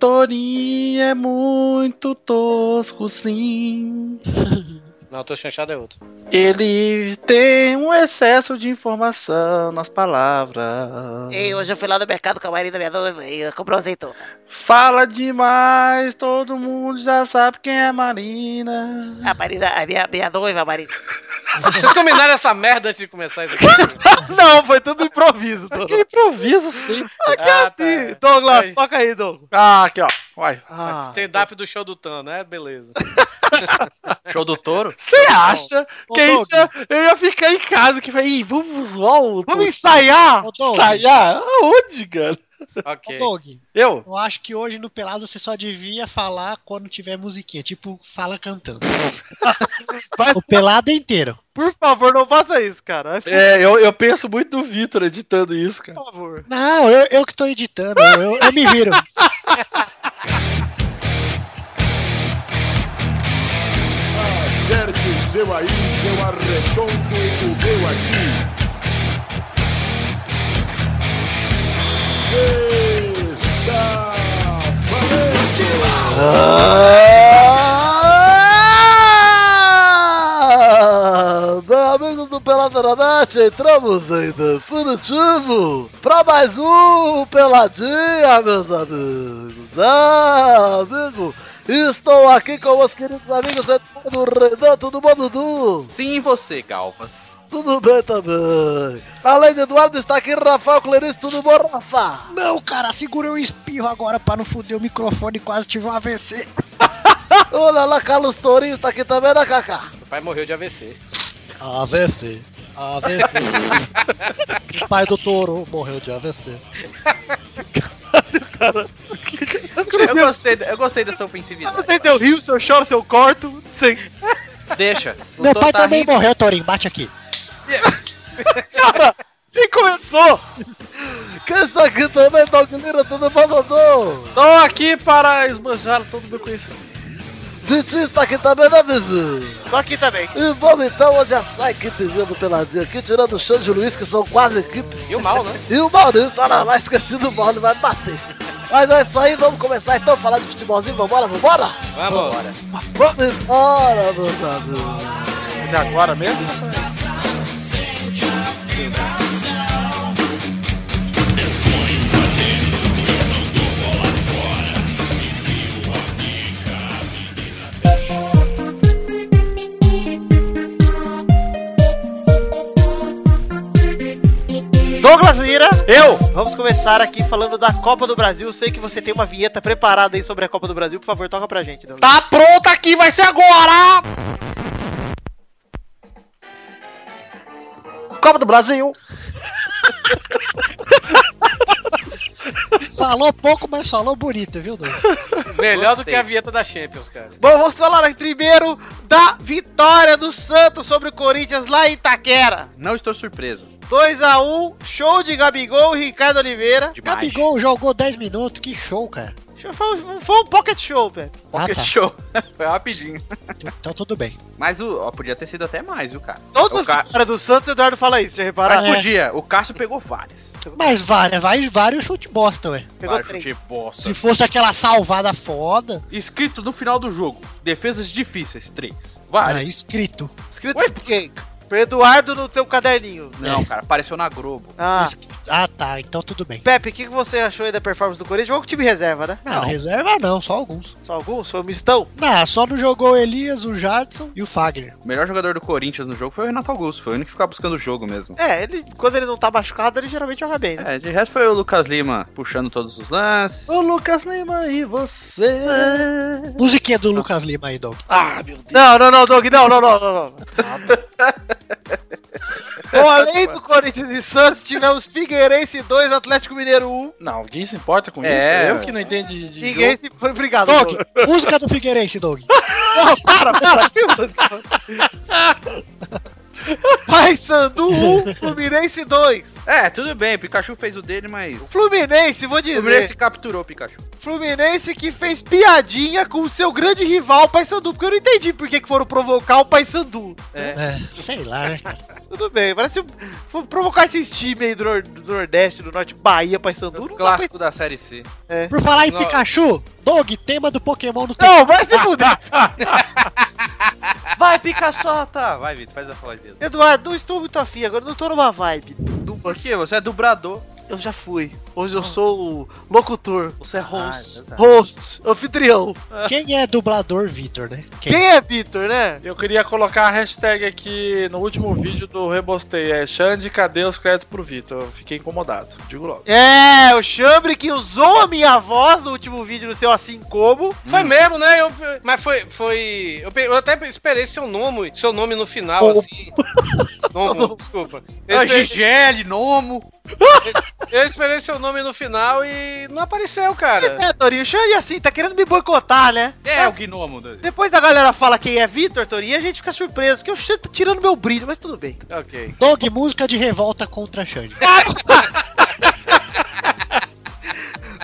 Torinho é muito tosco, sim. Não, tô chanchado é outro. Ele tem um excesso de informação nas palavras. Ei, hoje eu fui lá no mercado com a marido da minha noiva e comprou um azeitona. Fala demais, todo mundo já sabe quem é a Marina. A marido, a minha, minha noiva, a marido. Vocês combinaram essa merda antes de começar isso aqui? Não, foi tudo improviso. Douglas. Que improviso, sim. Aqui Ah, é tá. assim. Douglas, Aí. toca aí, Douglas. é Ah, aqui ó. Uai. então. Ah, Stand-up do show do Tan, né? Beleza. Show do touro? Você acha Ô, que isso Douglas, é- eu ia ficar em casa que falei, "Ih, vamos zoar o... Vamos Vamos ensaiar? ô, Doug, Ensaiar? Aonde, cara? Ok. Doug, Eu? eu acho que hoje no Pelado você só devia falar quando tiver musiquinha. Tipo, fala cantando. Mas, O Pelado é inteiro. por favor, não faça isso, cara. É, eu, eu penso muito no Vitor editando isso, cara. Por favor. Não, eu, eu que tô editando. Eu, eu me viro. Acerte o seu aí, que eu arredondo o meu aqui. Está valente! Ah! Ah, Amigos do Peladranet, entramos em definitivo para mais um Peladinha, meus amigos. Ah, amigo, estou aqui com os queridos amigos Eduardo Renan, tudo bom, Dudu? Sim, você, Galvas. Tudo bem também. Além de Eduardo, está aqui Rafael Clarice, tudo bom, Rafa? Não, cara, segura eu espirro agora pra não foder o microfone e quase tive um AVC. Olha lá, Carlos Tourinho está aqui também, né, Cacá? Meu pai morreu de AVC. AVC. AVC. o pai do touro morreu de AVC. Eu gostei, eu gostei da sua Eu não ofensividade. sei se eu rio, se eu choro, se eu corto. não Sei. Deixa. O Meu Tô pai tá também rindo. morreu, Torinho. Bate aqui. Se começou! Quem está aqui também, Doug Lira, tudo bom, Dudu? Tô aqui para esbanjar todo o meu conhecimento. Vitinho está aqui também, né, Vivi? Tô aqui também. E vamos então, hoje é só a equipezinha do Peladinho aqui, tirando o Xande e o Luiz, que são quase equipe. E o mal, né? E o Maurício, olha lá, esqueci do Maurício, vai bater. Mas é isso aí, vamos começar então a falar de futebolzinho, vambora, vambora? Vamos. Vamos embora, meus amigos. Mas é agora mesmo? Douglas Lira, Eu! vamos começar aqui falando da Copa do Brasil. Eu Sei que você tem uma vinheta preparada aí sobre a Copa do Brasil. Por favor, toca pra gente, Douglas. Tá pronto aqui, vai ser agora! Copa do Brasil. Falou pouco, mas falou bonito, viu, Doug? Melhor do que a vinheta da Champions, cara. Bom, vamos falar aí primeiro da vitória do Santos sobre o Corinthians lá em Itaquera. Não estou surpreso. 2x1, show de Gabigol e Ricardo Oliveira. Gabigol jogou 10 minutos. Que show, cara. Foi um, foi um pocket show, velho. Ah, Porque tá. show. Foi rapidinho. Então tudo bem. Mas o, ó, podia ter sido até mais, viu, cara? Toda O Ca- vitória do Santos, o Eduardo fala isso, já repararam? Mas podia. O Cássio pegou várias. Mas várias, vários, vários chute bosta, ué. Pegou Vários três. chute bosta. Tá. Se fosse aquela salvada foda, Escrito no final do jogo. Defesas difíceis, três. ah, Várias. escrito. Escrito... Ué, por quê? Pro Eduardo no seu caderninho. Não, cara, apareceu na Globo. Ah, Escrito. Ah, tá. Então tudo bem. Pepe, o que, que você achou aí da performance do Corinthians? Jogou com time reserva, né? Não, reserva não, só alguns. Só alguns? Foi o mistão? Não, só não jogou o Elias, o Jadson e o Fagner. O melhor jogador do Corinthians no jogo foi o Renato Augusto. Foi o único que ficava buscando o jogo mesmo. É, ele, quando ele não tá machucado, ele geralmente joga bem, né? É, de resto foi o Lucas Lima puxando todos os lances. O Lucas Lima e você. Musiquinha do Lucas Lima aí, Doug. Não, não, não, Doug, não, não, não, não. não. Bom, além do Corinthians e Santos, tivemos Figueirense 2, Atlético Mineiro 1. Não, alguém se importa com É, isso? Eu ué. que não entendo de, de Ninguém se foi obrigado. Doug, música do Figueirense, Doug. Paysandu 1, Fluminense 2. É, tudo bem, o Pikachu fez o dele, mas. Fluminense, vou dizer. O Fluminense capturou o Pikachu. Fluminense que fez piadinha com o seu grande rival, o Paysandu, porque eu não entendi por que que foram provocar o Paysandu. É, sei lá, né? cara? Tudo bem, parece. Vou provocar esses times aí do, nor- do Nordeste, do Norte, Bahia, Paysandu. O Não, dá pra... clássico da Série C. Por falar em Não. Pikachu, Dog, tema do Pokémon no não, vai se fuder. Vai, Picaçota! Vai, Vitor, faz a voz dele. Eduardo, não estou muito afim agora, não tô numa vibe. Por quê? Você é dubrador. Eu já fui. Hoje eu sou o locutor, você é host. verdade. host, anfitrião. Quem é dublador Vitor, né? Quem? Quem é Vitor, né? Eu queria colocar a hashtag aqui no último vídeo do Rebostei. É Xande, cadê os créditos pro Vitor? Eu Fiquei incomodado. Digo logo. É, o Chambre que usou a minha voz no último vídeo no seu Assim Como. Foi mesmo, né? Eu, mas foi. foi eu, pe- eu até esperei seu nome, seu nome no final, Nomo. assim. Nomo, desculpa. Eu É esperei, GGL, Nomo. eu esperei seu nome no final e não apareceu, cara. Pois é, Torinho, o Xande assim, tá querendo me boicotar, né? Ah. É, o Gnomo. né? Depois a galera fala quem é Vitor, Torinho, e a gente fica surpreso, porque o Xande tá tirando meu brilho, mas tudo bem. Ok. Dog, música de revolta contra Xande.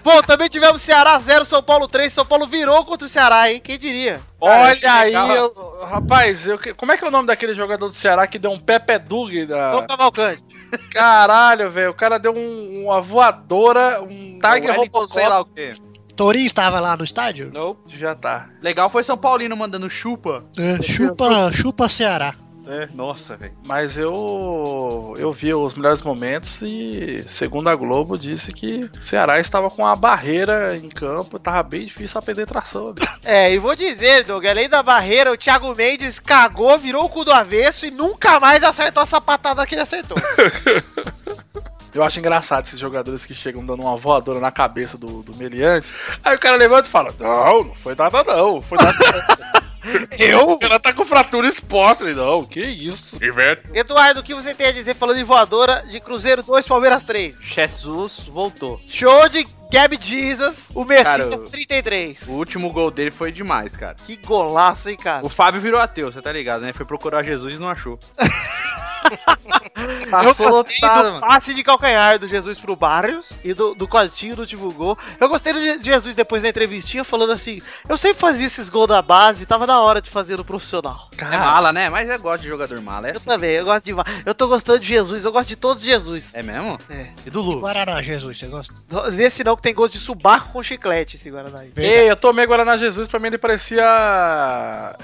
Bom, também tivemos Ceará 0, São Paulo 3, São Paulo virou contra o Ceará, hein? Quem diria? Olha Cara, aí, legal. eu- rapaz, eu que- como é que é o nome daquele jogador do Ceará que deu um Pepe Dug Tom da. Cavalcante. Caralho, velho. O cara deu um, uma voadora, um Tiger Tiger Robocop. Tá, sei lá o quê. Torinho estava lá no estádio? Nope, já tá. Legal foi São Paulino mandando chupa. É, chupa, chupa Ceará. É, nossa, velho. Mas eu eu vi os melhores momentos e, segundo a Globo, disse que o Ceará estava com uma barreira em campo, tava bem difícil a penetração ali. É, e vou dizer, Doug, além da barreira, o Thiago Mendes cagou, virou o cu do avesso e nunca mais acertou a sapatada que ele acertou. Eu acho engraçado esses jogadores que chegam dando uma voadora na cabeça do, do meliante. Aí o cara levanta e fala: Não, não foi nada, não. Foi nada. não." Eu? O cara tá com fratura exposta. Ele, não, que isso? Eduardo, o que você tem a dizer falando em voadora de Cruzeiro 2, Palmeiras 3? Jesus voltou. Show de Gabi Jesus, o Messias Cara, eu- 33. O último gol dele foi demais, cara. Que golaço, hein, cara? O Fábio virou ateu, você tá ligado, né? Foi procurar Jesus e não achou. Passou Eu gostei lotado, do mano. passe de calcanhar do Jesus pro Barrios e do, do cortinho do último gol. Eu gostei do Je- Jesus depois da entrevistinha falando assim: eu sempre fazia esses gols da base, tava na hora de fazer no profissional. É mala, né? Mas eu gosto de jogador mala, é Eu assim. também, eu gosto de. va- Eu tô gostando de Jesus, eu gosto de todos os Jesus. É mesmo? É. E do Lu? Guaraná, Jesus, você gosta? No- Nesse não que tem gosto de subaco com chiclete esse Guaraná aí. né? Ei, eu tomei Guaraná Jesus, pra mim ele parecia.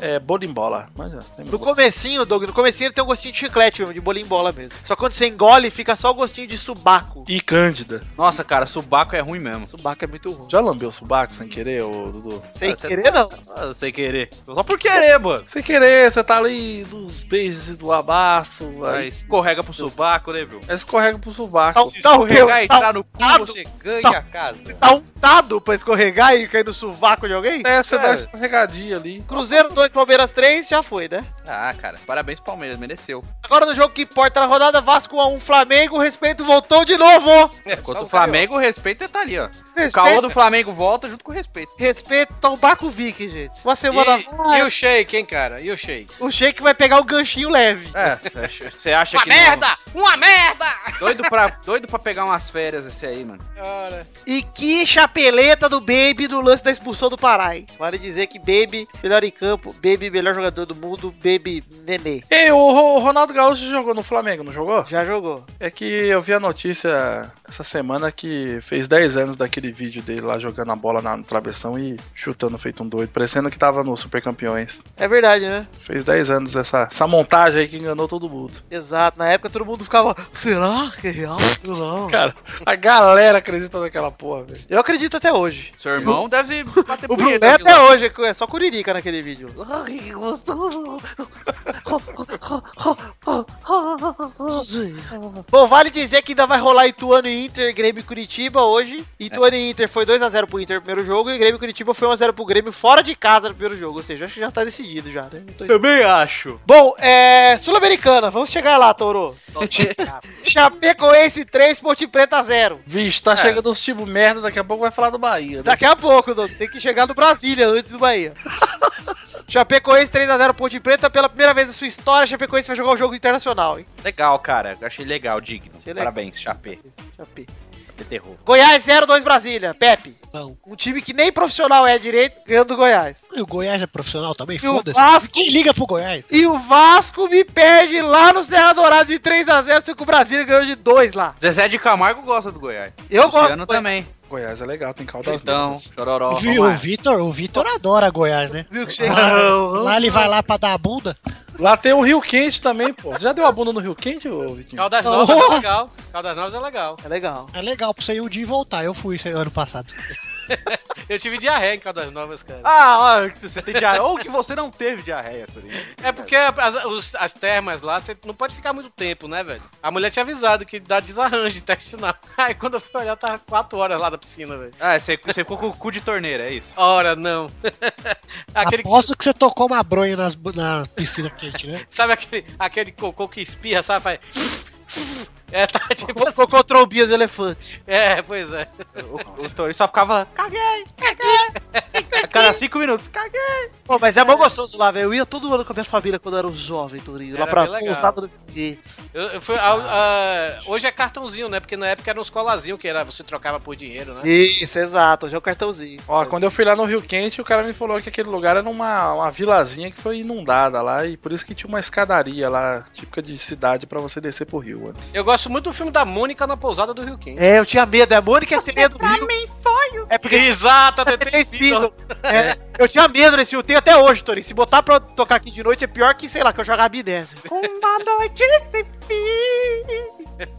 É, bolimbola. Mas, é, No comecinho, Doug, no comecinho ele tem um gostinho de chiclete mesmo, de bolinho em bola mesmo. Só que quando você engole, fica só o gostinho de subaco. E Cândida. Nossa, cara, subaco é ruim mesmo. Subaco é muito ruim. Já lambeu o subaco sem querer, ô Dudu? Sem Ah, você- querer, não. Ah, Sem querer. Só por querer, mano. Sem querer, você tá ali dos beijos e do abaço. Aí Aí, escorrega pro subaco, né, viu? aí escorrega pro subaco. Tá um- tá um- Escorregar e tá um- entrar no cu, tá- você ganha tá- a casa. Tá untado pra escorregar e cair no sovaco de alguém? É, você dá Cara. uma escorregadinha ali. Cruzeiro 2, Palmeiras 3, já foi, né? Ah, cara, parabéns pro Palmeiras, mereceu. Agora no jogo que importa na rodada, Vasco 1 Flamengo, respeito voltou de novo. É, Enquanto É, o Flamengo, o respeito tá ali, ó. O caô Respeito, do Flamengo volta junto com o respeito. respeito ao Barco Vic, gente. Uma semana E, e o Shake, hein, cara? E o Shake? o Sheik vai pegar o ganchinho leve. É, você acha que. Uma merda! Doido pra, doido pra pegar umas férias esse aí, mano. Cara, E que chapeleta do Baby no lance da expulsão do Pará, hein? Vale dizer que Baby, melhor em campo, Baby, melhor jogador do mundo, Baby, nenê. Ei, o Ro- o Ronaldo Gaúcho jogou no Flamengo, não jogou? Já jogou. É que eu vi a notícia essa semana que fez 10 anos daquele vídeo dele lá jogando a bola na no travessão e chutando feito um doido, parecendo que tava no Super Campeões. É verdade, né? Fez 10 anos essa, essa montagem aí que enganou todo mundo. Exato. Na época todo mundo ficava, será que é real? Não. Cara, a galera acredita naquela porra, velho. Eu acredito até hoje. Seu irmão deve bater O Bruno punheta até aqui né? lá. hoje é só curirica naquele vídeo. Ai, que gostoso. Bom, vale dizer que ainda vai rolar Ituano e Inter, Grêmio e Curitiba hoje. Ituano e Inter foi 2x0 pro Inter no primeiro jogo e Grêmio e Curitiba foi 1x0 pro Grêmio fora de casa no primeiro jogo. Ou seja, acho que já tá decidido já, né? Não tô- Também acho. Bom, é. Sul-Americana, vamos chegar lá, Toro. Chapecoense 3, Ponte Preta 0. Vixe, tá chegando os tipo merda, daqui a pouco vai falar do Bahia, né? Daqui a pouco, Dono, tem que chegar no Brasília antes do Bahia. Chapecoense 3x0 Ponte Preta, pela primeira vez na sua história, Chapecoense vai jogar um jogo internacional, hein? Legal, cara. Achei legal, digno. legal. Parabéns, Chapé. Chape. Você terror. Goiás 0, 2 Brasília. Pepe. Não. Um time que nem profissional é direito, ganhando do Goiás. E o Goiás é profissional também? E o Foda-se. Vasco? Quem liga pro Goiás? E o Vasco me perde lá no Serra Dourada de 3x0, sendo que o Brasília ganhou de 2 lá. Zezé de Camargo gosta do Goiás. Eu Luciano gosto. também. Goiás é legal, tem caldas Então, chororó. O Vi- o vamos lá. Vitor, o Vitor adora Goiás, né? Lá, lá ele vai lá pra dar a bunda. Lá tem o Rio Quente também, pô. Você já deu a bunda no Rio Quente, ô Vitinho? Caldas Novas é legal. Caldas Novas é legal. É legal. É legal pra você ir um dia e voltar. Eu fui esse ano passado. Eu tive diarreia em Caldas Novas, cara. Ah, olha, que você tem diarreia. Ou que você não teve diarreia, tá ligado? É porque as, os- as termas lá, você não pode ficar muito tempo, né, velho? A mulher tinha avisado que dá desarranjo intestinal. Aí quando eu fui olhar, tava 4 horas lá da piscina, velho. Ah, você, você ficou com o cu de torneira, é isso? Ora, não. aquele, Aposto que você tocou uma bronha nas, bu- na piscina quente, né? sabe aquele, aquele cocô que espirra, sabe? Faz... É, tá tipo assim. Colocou trombias de elefante. É, pois é. O, o torneiro só ficava, caguei, caguei. A cada cinco minutos, caguei. Pô, mas é mó gostoso lá, velho. Eu ia todo ano com a minha família quando eu era um jovem, Torinho. Lá Era pra bem legal. pousada do Pinheiros. Eu, eu fui, a- a- hoje é cartãozinho, né? Porque na época era uns colazinhos que era, você trocava por dinheiro, né? Isso, exato. Hoje é o cartãozinho. Ó, quando eu fui lá no Rio Quente, o cara me falou que aquele lugar era uma, uma vilazinha que foi inundada lá e por isso que tinha uma escadaria lá, típica de cidade, pra você descer pro rio. né? antes. Eu gosto muito do filme da Mônica na pousada do Rio Quente. É, eu tinha medo. É a Mônica e a sereia do Rio. É porque... Exato, até Três três Beatles. É, eu tinha medo desse filme, tenho até hoje, Torinho. Se botar pra eu tocar aqui de noite é pior que, sei lá, que eu jogava biné. Uma noite sem fim.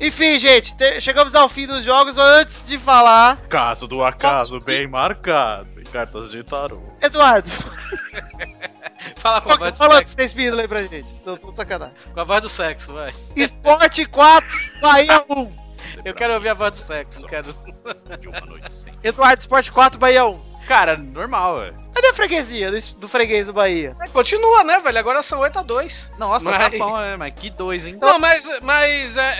Enfim, gente, te- chegamos ao fim dos jogos. Antes de falar, Caso do acaso bem marcado em cartas de tarô. Eduardo, Fala com a voz do fala sexo. que vocês viram aí pra gente. Não, tô sacanagem. Com a voz do sexo, vai. Esporte 4, Bahia 1. Eu quero ouvir a voz do sexo, não quero. De uma noite sem. Eduardo, Esporte 4, Bahia 1. Cara, normal, velho. Cadê a freguesia do, es- do freguês do Bahia? É, Continua, né, velho? Agora são 8 a 2 Nossa, Mas- tá bom, é, né? Mas que dois, hein? Não, mas, mas é,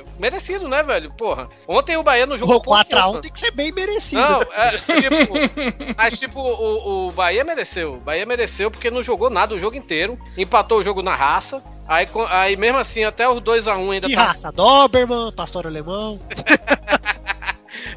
é, merecido, né, velho? Porra. Ontem o Bahia no jogo. O 4x1 contra- tem que ser bem merecido. Não, é, tipo, mas tipo, o, o Bahia mereceu. O Bahia mereceu porque não jogou nada o jogo inteiro. Empatou o jogo na raça. Aí, co- aí mesmo assim, até os 2x1 ainda Que tá- raça? Doberman, pastor alemão.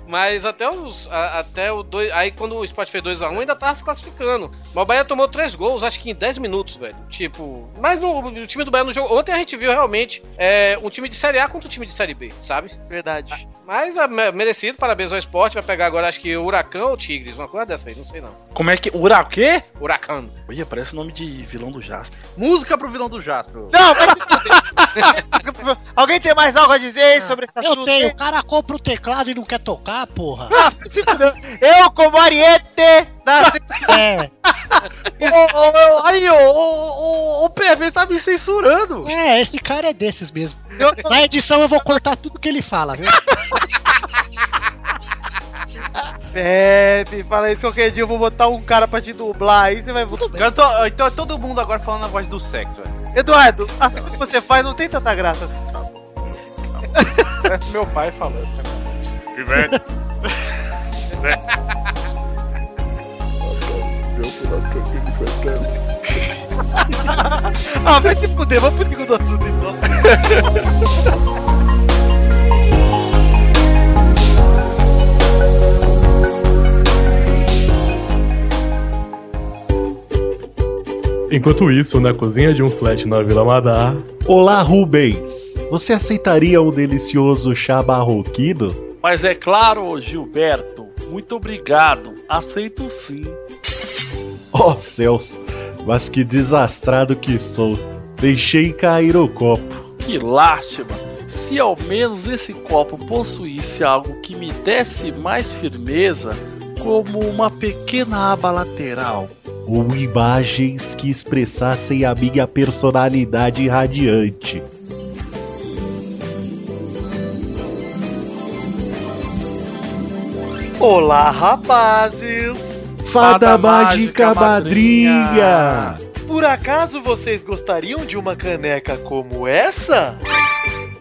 Mas até os. a- até o 2. Aí quando o Sport fez 2x1, ainda tava se classificando. Mas o Bahia tomou 3 gols, acho que em 10 minutos, velho. Tipo. Mas no- o time do Bahia no jogo. Ontem a gente viu realmente é, um time de Série A contra um time de Série B, sabe? Verdade. Mas é, me- merecido, parabéns ao esporte. Vai pegar agora, acho que o Huracão ou Tigres, uma coisa dessa aí, não sei não. Como é que. Ura, o quê? Huracão. Ih, parece o nome de vilão do Jasper. Música pro vilão do Jasper. Não, mas... Alguém tem mais algo a dizer sobre esse assunto? Ah, Eu tenho, o cara compra o teclado e não quer tocar, porra. Ah, se fudeu. Eu como Ariete da É, Aí, ô, ô, ô, ô, PV tá me censurando. é, esse cara é desses mesmo. Eu- Na edição eu vou cortar tudo que ele fala, viu? Pepe, fala isso qualquer dia, eu vou botar um cara pra te dublar aí, você vai. Tudo bem. Eu tô- então é todo mundo agora falando a voz do sexo, velho. Eduardo, as coisas que você faz não tem tanta graça. assim. Parece meu pai falando. Ivete, Ah, vai se fuder, vamos pro segundo assunto então. Enquanto isso, na cozinha de um flat na Vila Madá, Olá, Rubens! Você aceitaria um delicioso chá barroquino? Mas é claro, Gilberto, muito obrigado. Aceito sim. Oh, céus! Mas que desastrado que sou! Deixei cair o copo. Que lástima! Se ao menos esse copo possuísse algo que me desse mais firmeza, como uma pequena aba lateral. Ou imagens que expressassem a minha personalidade radiante. Olá, rapazes! Fada, Fada Mágica, Mágica madrinha. Madrinha. Por acaso vocês gostariam de uma caneca como essa?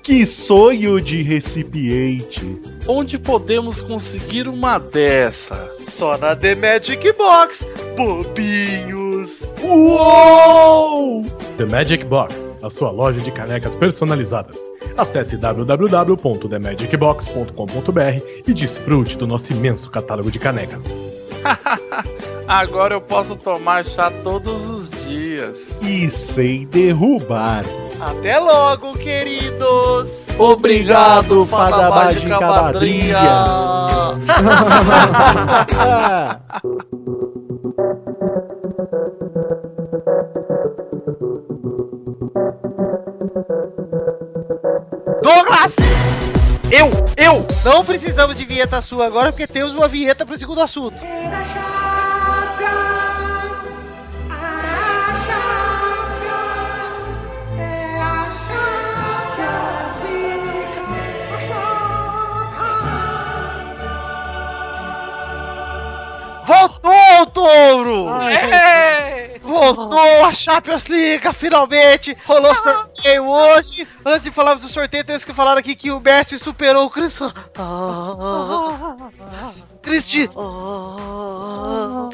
Que sonho de recipiente! Onde podemos conseguir uma dessa? Só na The Magic Box, bobinhos! Uou! The Magic Box, a sua loja de canecas personalizadas. Acesse www.themagicbox.com.br e desfrute do nosso imenso catálogo de canecas. Agora eu posso tomar chá todos os dias. E sem derrubar. Até logo, queridos! Obrigado, Fada Mágica Madrinha. Douglas! Eu, eu! Não precisamos de vinheta sua agora, porque temos uma vinheta pro segundo assunto. Voltou, Touro! É! Voltou Ah. a Champions League, finalmente! Rolou sorteio hoje. Antes de falarmos do sorteio, temos que falar aqui que o Messi superou o Cristiano. Ah. Cristi. Ronaldo.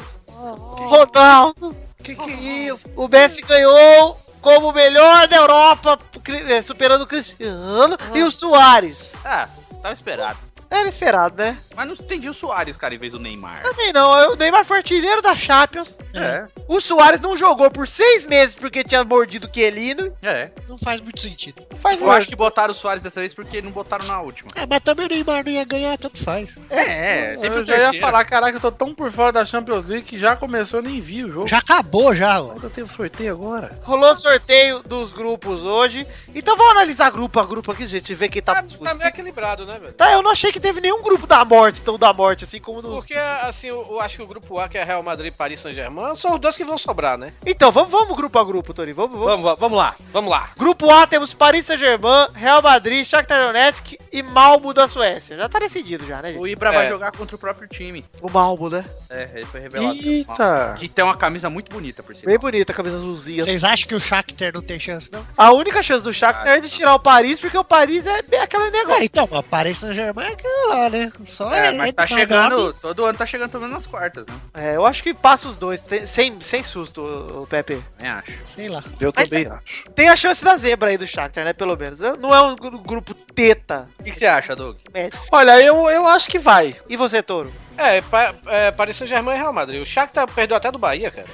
Ah. Que que é isso? O Messi ganhou como o melhor né? da Europa, cri- eh, superando o Cristiano e o Soares. Ah, tava esperado. Era esperado, né? Mas não entendi o Soares, cara, em vez do Neymar. Também não, o Neymar foi artilheiro da Champions. É. O Soares não jogou por seis meses porque tinha mordido o Quelino. É. Não faz muito sentido. Faz um- Eu acho que botaram o Soares dessa vez porque não botaram na última. É, mas também o Neymar não ia ganhar, tanto faz. É, é sempre eu o já ia terceiro. falar, caraca, eu tô tão por fora da Champions League que já começou, eu nem vi o jogo. Já acabou, já. ó. Ainda teve sorteio agora. Rolou o sorteio dos grupos hoje. Então vamos analisar grupo a grupo aqui, gente, ver quem tá. Tá, tá meio equilibrado, né, velho? Tá, eu não achei que teve nenhum grupo da morte tão da morte, assim como dos. Porque, assim, eu, eu acho que o grupo A, que é Real Madrid, Paris Saint-Germain, são os dois que vão sobrar, né? Então, vamos, vamos grupo a grupo, Tony. Vamos, vamos. Vamos, va- vamos lá. Vamos lá. Grupo A temos Paris Saint-Germain, Real Madrid, Shakhtar Donetsk e Malmo da Suécia. Já tá decidido já, né, gente? O Ibra vai É. jogar contra o próprio time. O Malmo, né? É, ele foi revelado. Eita! Que tem uma camisa muito bonita, por sinal. Bem bonita a camisa azulzinha. Vocês acham que o Shakhtar não tem chance, não? A única chance do Shakhtar é de tirar o Paris, porque o Paris é bem aquele negócio. É, então, o Paris Saint-Germain é aquilo lá, né? Só É, mas tá pagar chegando, todo ano tá chegando pelo menos nas quartas, né? É, eu acho que passa os dois, tem- sem, sem susto, o o Pepe. Também acho. e- Sei lá. Eu Mas- também acho. Tem a chance da zebra aí do Shakhtar, né? Pelo menos. Eu- Não é um gru- grupo teta. O que, que você acha, Doug? médio. Olha, eu, eu acho que vai. E você, Toro? É, pa, é Paris Saint-Germain e Real Madrid. O Shakhtar perdeu até do Bahia, cara.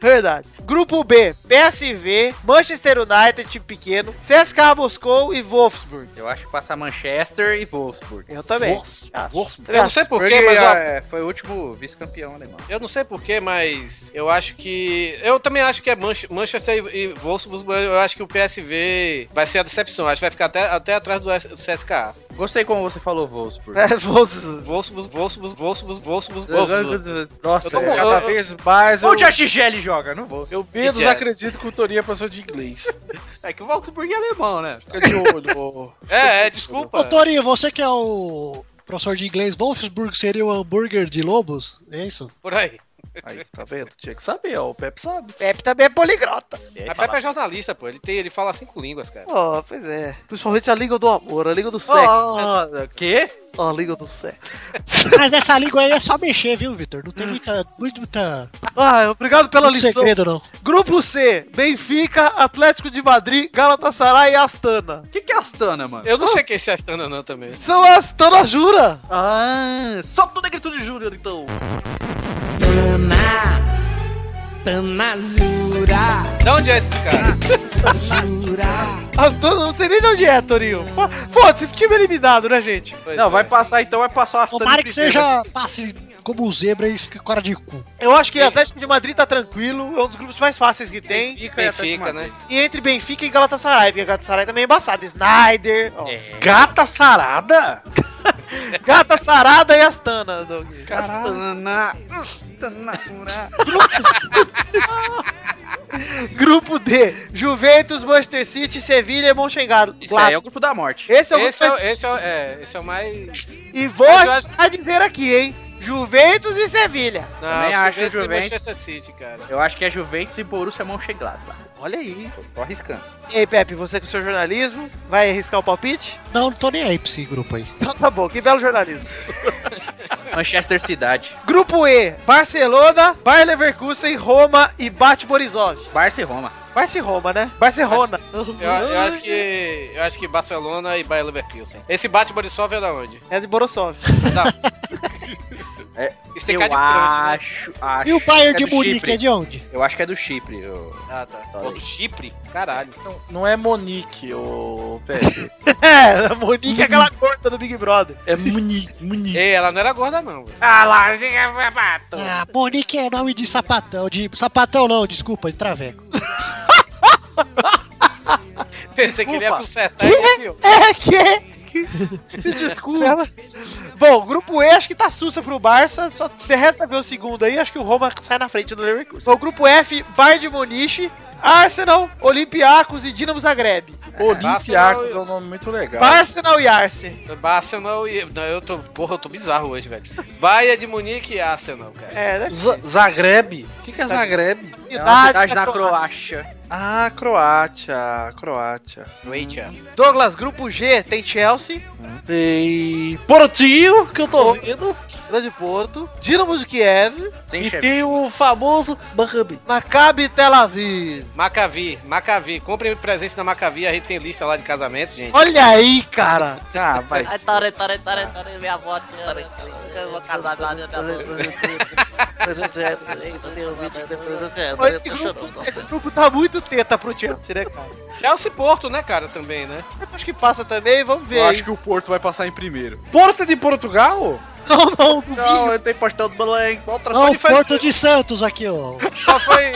Verdade. Grupo B, PSV, Manchester United, time pequeno, CSKA Moscou e Wolfsburg. Eu acho que passa Manchester e Wolfsburg. Eu também. acho. Ah, Eu não sei porquê, Porque, mas ó, é, foi o último vice-campeão alemão. Eu não sei porquê, mas eu acho que. Eu também acho que é Manche- Manchester e e Wolfsburg, mas eu acho que o PSV vai ser a decepção. Acho que vai ficar até, até atrás do, S- do CSKA. Gostei como você falou Wolfsburg. É, Wolfsburg. Wolfsburg, Wolfsburg, Wolfsburg, Wolfsburg, Wolfsburg. Nossa, Eu tô é. bom. Cada eu- tá vez mais eu, Onde a Tigele joga? Não vou. eu menos Que jazz. acredito que o Torinho é professor de inglês. É que o Wolfsburg é alemão, né? Fica de olho, ô. É, é, desculpa. Ô, Torinho, você que é o professor de inglês, Wolfsburg seria o hambúrguer de lobos? É isso? Por aí. Aí, tá vendo? Tinha que saber, ó. O Pepe sabe. Pepe também é poligrota. A Pepe é jornalista, pô. Ele, tem, ele fala cinco línguas, cara. Oh, pois é. Principalmente a língua do amor, a língua do sexo. Nossa, quê? Oh, a língua do sexo. Mas nessa língua aí é só mexer, viu, Vitor? Não tem muita, muito, muita, Ah, obrigado pela Um muito lição. segredo, não. Grupo C, Benfica, Atlético de Madrid, Galatasaray e Astana. O que, que é Astana, mano? Eu não sei quem é esse Astana, não, também. São Astana Jura. Ah, solta o negrito de Júnior, então. De onde é esses caras? Astana, não sei nem de onde é, Torinho. Fo- Foda-se, time eliminado, né, gente? Pois Não, é. vai passar então, vai passar o Astana. Tomara em que primeiro. seja passe como um zebra e fique com cara de cu. Eu acho que o Atlético de Madrid tá tranquilo, é um dos grupos mais fáceis que tem. Benfica, e Atlético Benfica, de né? Madrid. E entre Benfica e Galatasaray, porque Galatasaray também é embaçado. Snyder, É. ó. Gata sarada? Gata Sarada e Astana. Doug. Astana. Astana. Grupo D, Juventus, Manchester City, Sevilha e Mönchengladbach. Isso aí é o grupo da morte. Esse é o grupo Esse é, o- esse, é, o- é, esse é o mais. E vou Mas eu a dizer aqui, hein? Juventus e Sevilha. Também acho é Juventus e Juventus. Manchester City, cara. Eu acho que é Juventus e Borussia Mönchengladbach. Olha aí. Tô, tô arriscando. E aí, Pepe, você com seu jornalismo, vai arriscar o palpite? Não, não tô nem aí pra esse grupo aí. Então tá bom, que belo jornalismo. Manchester Cidade. Grupo E, Barcelona, Bayer Leverkusen, Roma e Bate Borisov. Barça e Roma. Barça e Roma, né? Barcelona. Eu, eu acho que. Eu acho que Barcelona e Bayer Leverkusen. Esse bate Borisov é da onde? É de Borosov. É, Isso tem eu cara de né? grande, acho, acho. E o Bayern que de do Munique Chipre. é de onde? Eu acho que é do Chipre. eu- Ah, tá. Tá Pô, aí. Chipre? Caralho. Não é Monique, ô Pepe. É, a Monique é aquela gorda do Big Brother. É Munique, Hum. Munique. Ei, ela não era gorda, não. velho. Ah lá, babato. Ah, Monique é nome de sapatão, de. Sapatão não, desculpa, de traveco. Pensei que ele ia Desculpa. consertar esse filme. É que. que- Se desculpa. Bom, grupo E acho que tá sussa pro Barça. Só resta ver o segundo aí. Acho que o Roma sai na frente do Leverkusen. Bom, grupo F, Bayern de Munique, Arsenal, Olympiacos e Dinamo Zagreb. Olympiacos é um nome muito legal. Arsenal e Arce. Arsenal e. Não, eu tô. Porra, eu tô bizarro hoje, velho. Baia de Munique e Arsenal, cara. É, né? Z- Zagreb? O que, que é Zagreb? É uma cidade da da Croácia. Ah, Croácia, Croácia. Croatia. Douglas, grupo G tem Chelsea, Tem Portinho, que eu tô vendo. Grande Porto, Dinamo de Kiev, Sem E chefe. tem o famoso Maccabi. Maccabi Tel Aviv. Macavi, Macavi. Compre presente na Macavi, a gente tem lista lá de casamento, gente. Olha aí, cara. Ah, vai. Ai, tare, tare, tare, tare, minha avó. tare, Eu vou casar minha minha avó. Mas esse grupo, esse grupo tá muito teta pro Chelsea, né, cara? Chelsea e Porto, né, cara, também, né? Eu acho que passa também, vamos ver. Eu aí. acho que o Porto vai passar em primeiro. Porto de Portugal? Não, não, duvido. Não, eu tenho pastel do Belém. Outra só, Não, diferen- Porto de Santos aqui, ó. qual, foi,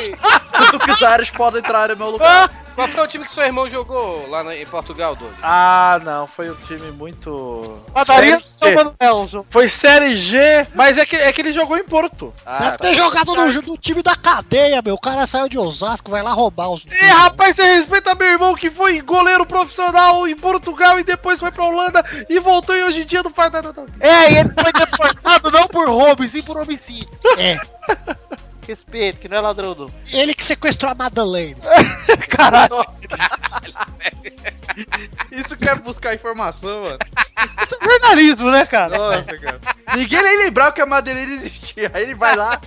Tudo que os aéreos podem entrar no meu lugar. qual foi o time que seu irmão jogou lá na- em Portugal, Douglas? Ah, não, foi um time muito. Padaria do São Série C. Manuel. Foi Série G, mas é que, é que ele jogou em Porto. Deve ter jogado no, ju- no time da cadeia, meu. O cara saiu de Osasco, vai lá roubar os. E rapaz, você respeita meu irmão que foi goleiro profissional em Portugal e depois foi pra Holanda e voltou e hoje em dia não faz nada. Não. É, e ele foi deportado não por roubo, e sim por homicídio. É. Respeito, que não é ladrão, não. Ele que sequestrou a Madeleine. Caralho. Isso quer buscar informação, mano. Jornalismo, né, cara? Nossa, cara. Ninguém nem lembrava que a Madeireira existia. Aí ele vai lá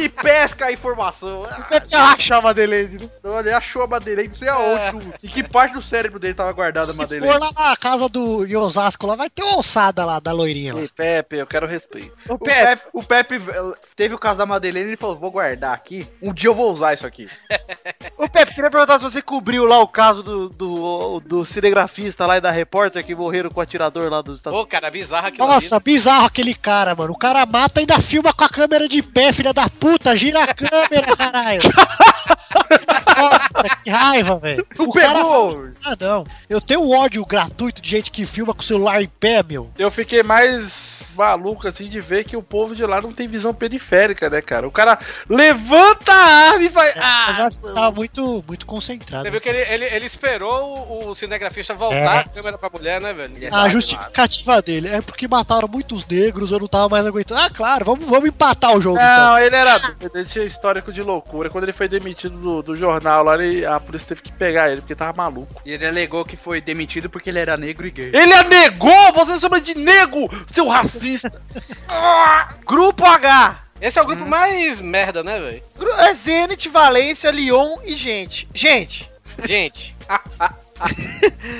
e pesca a informação. Ah, Você tinha achado a Madeleine, né? É. Olha, ele achou a Madeireira, não sei aonde. Em que parte do cérebro dele tava guardada a Se Madeireira? for lá na casa do em Osasco, lá vai ter uma ossada lá da loirinha lá. Ei, Pepe, eu quero respeito. O Pepe, o Pepe eh, teve o caso da Madeleine e ele falou: vou guardar aqui. Um dia eu vou usar isso aqui. Ô, Pepe, queria perguntar se você cobriu lá o caso do, do, do cinegrafista lá e da repórter que morreram com o atirador lá dos Estados Ô, cara, bizarro aquilo Nossa, bizarro aquele cara, mano. O cara mata e ainda filma com a câmera de pé, filha da puta. Gira a câmera, caralho. Nossa, que raiva, velho. O cara pegou. fala, ah, não. Eu tenho ódio gratuito de gente que filma com o celular em pé, meu. Eu fiquei mais maluco assim de ver que o povo de lá não tem visão periférica, né, cara? O cara levanta a arma e vai. Ah, Mas eu acho que você tava muito, muito concentrado. Você viu que ele, ele, ele esperou o, o cinegrafista voltar a câmera pra mulher, né, velho? A justificativa dele é porque mataram muitos negros, eu não tava mais aguentando. Ah, claro, vamos, vamos empatar o jogo então. Não, ele era doido, ele tinha histórico de loucura. Quando ele foi demitido do, do jornal lá, ele- a polícia teve que pegar ele, porque tava maluco. E ele alegou que foi demitido porque ele era negro e gay. Ele é negou! Você me chama de nego, seu racista! Grupo H. Esse é o grupo mais merda, né, velho? Gru- É Zenit, Valência, Lyon e gente. Gente, Gente,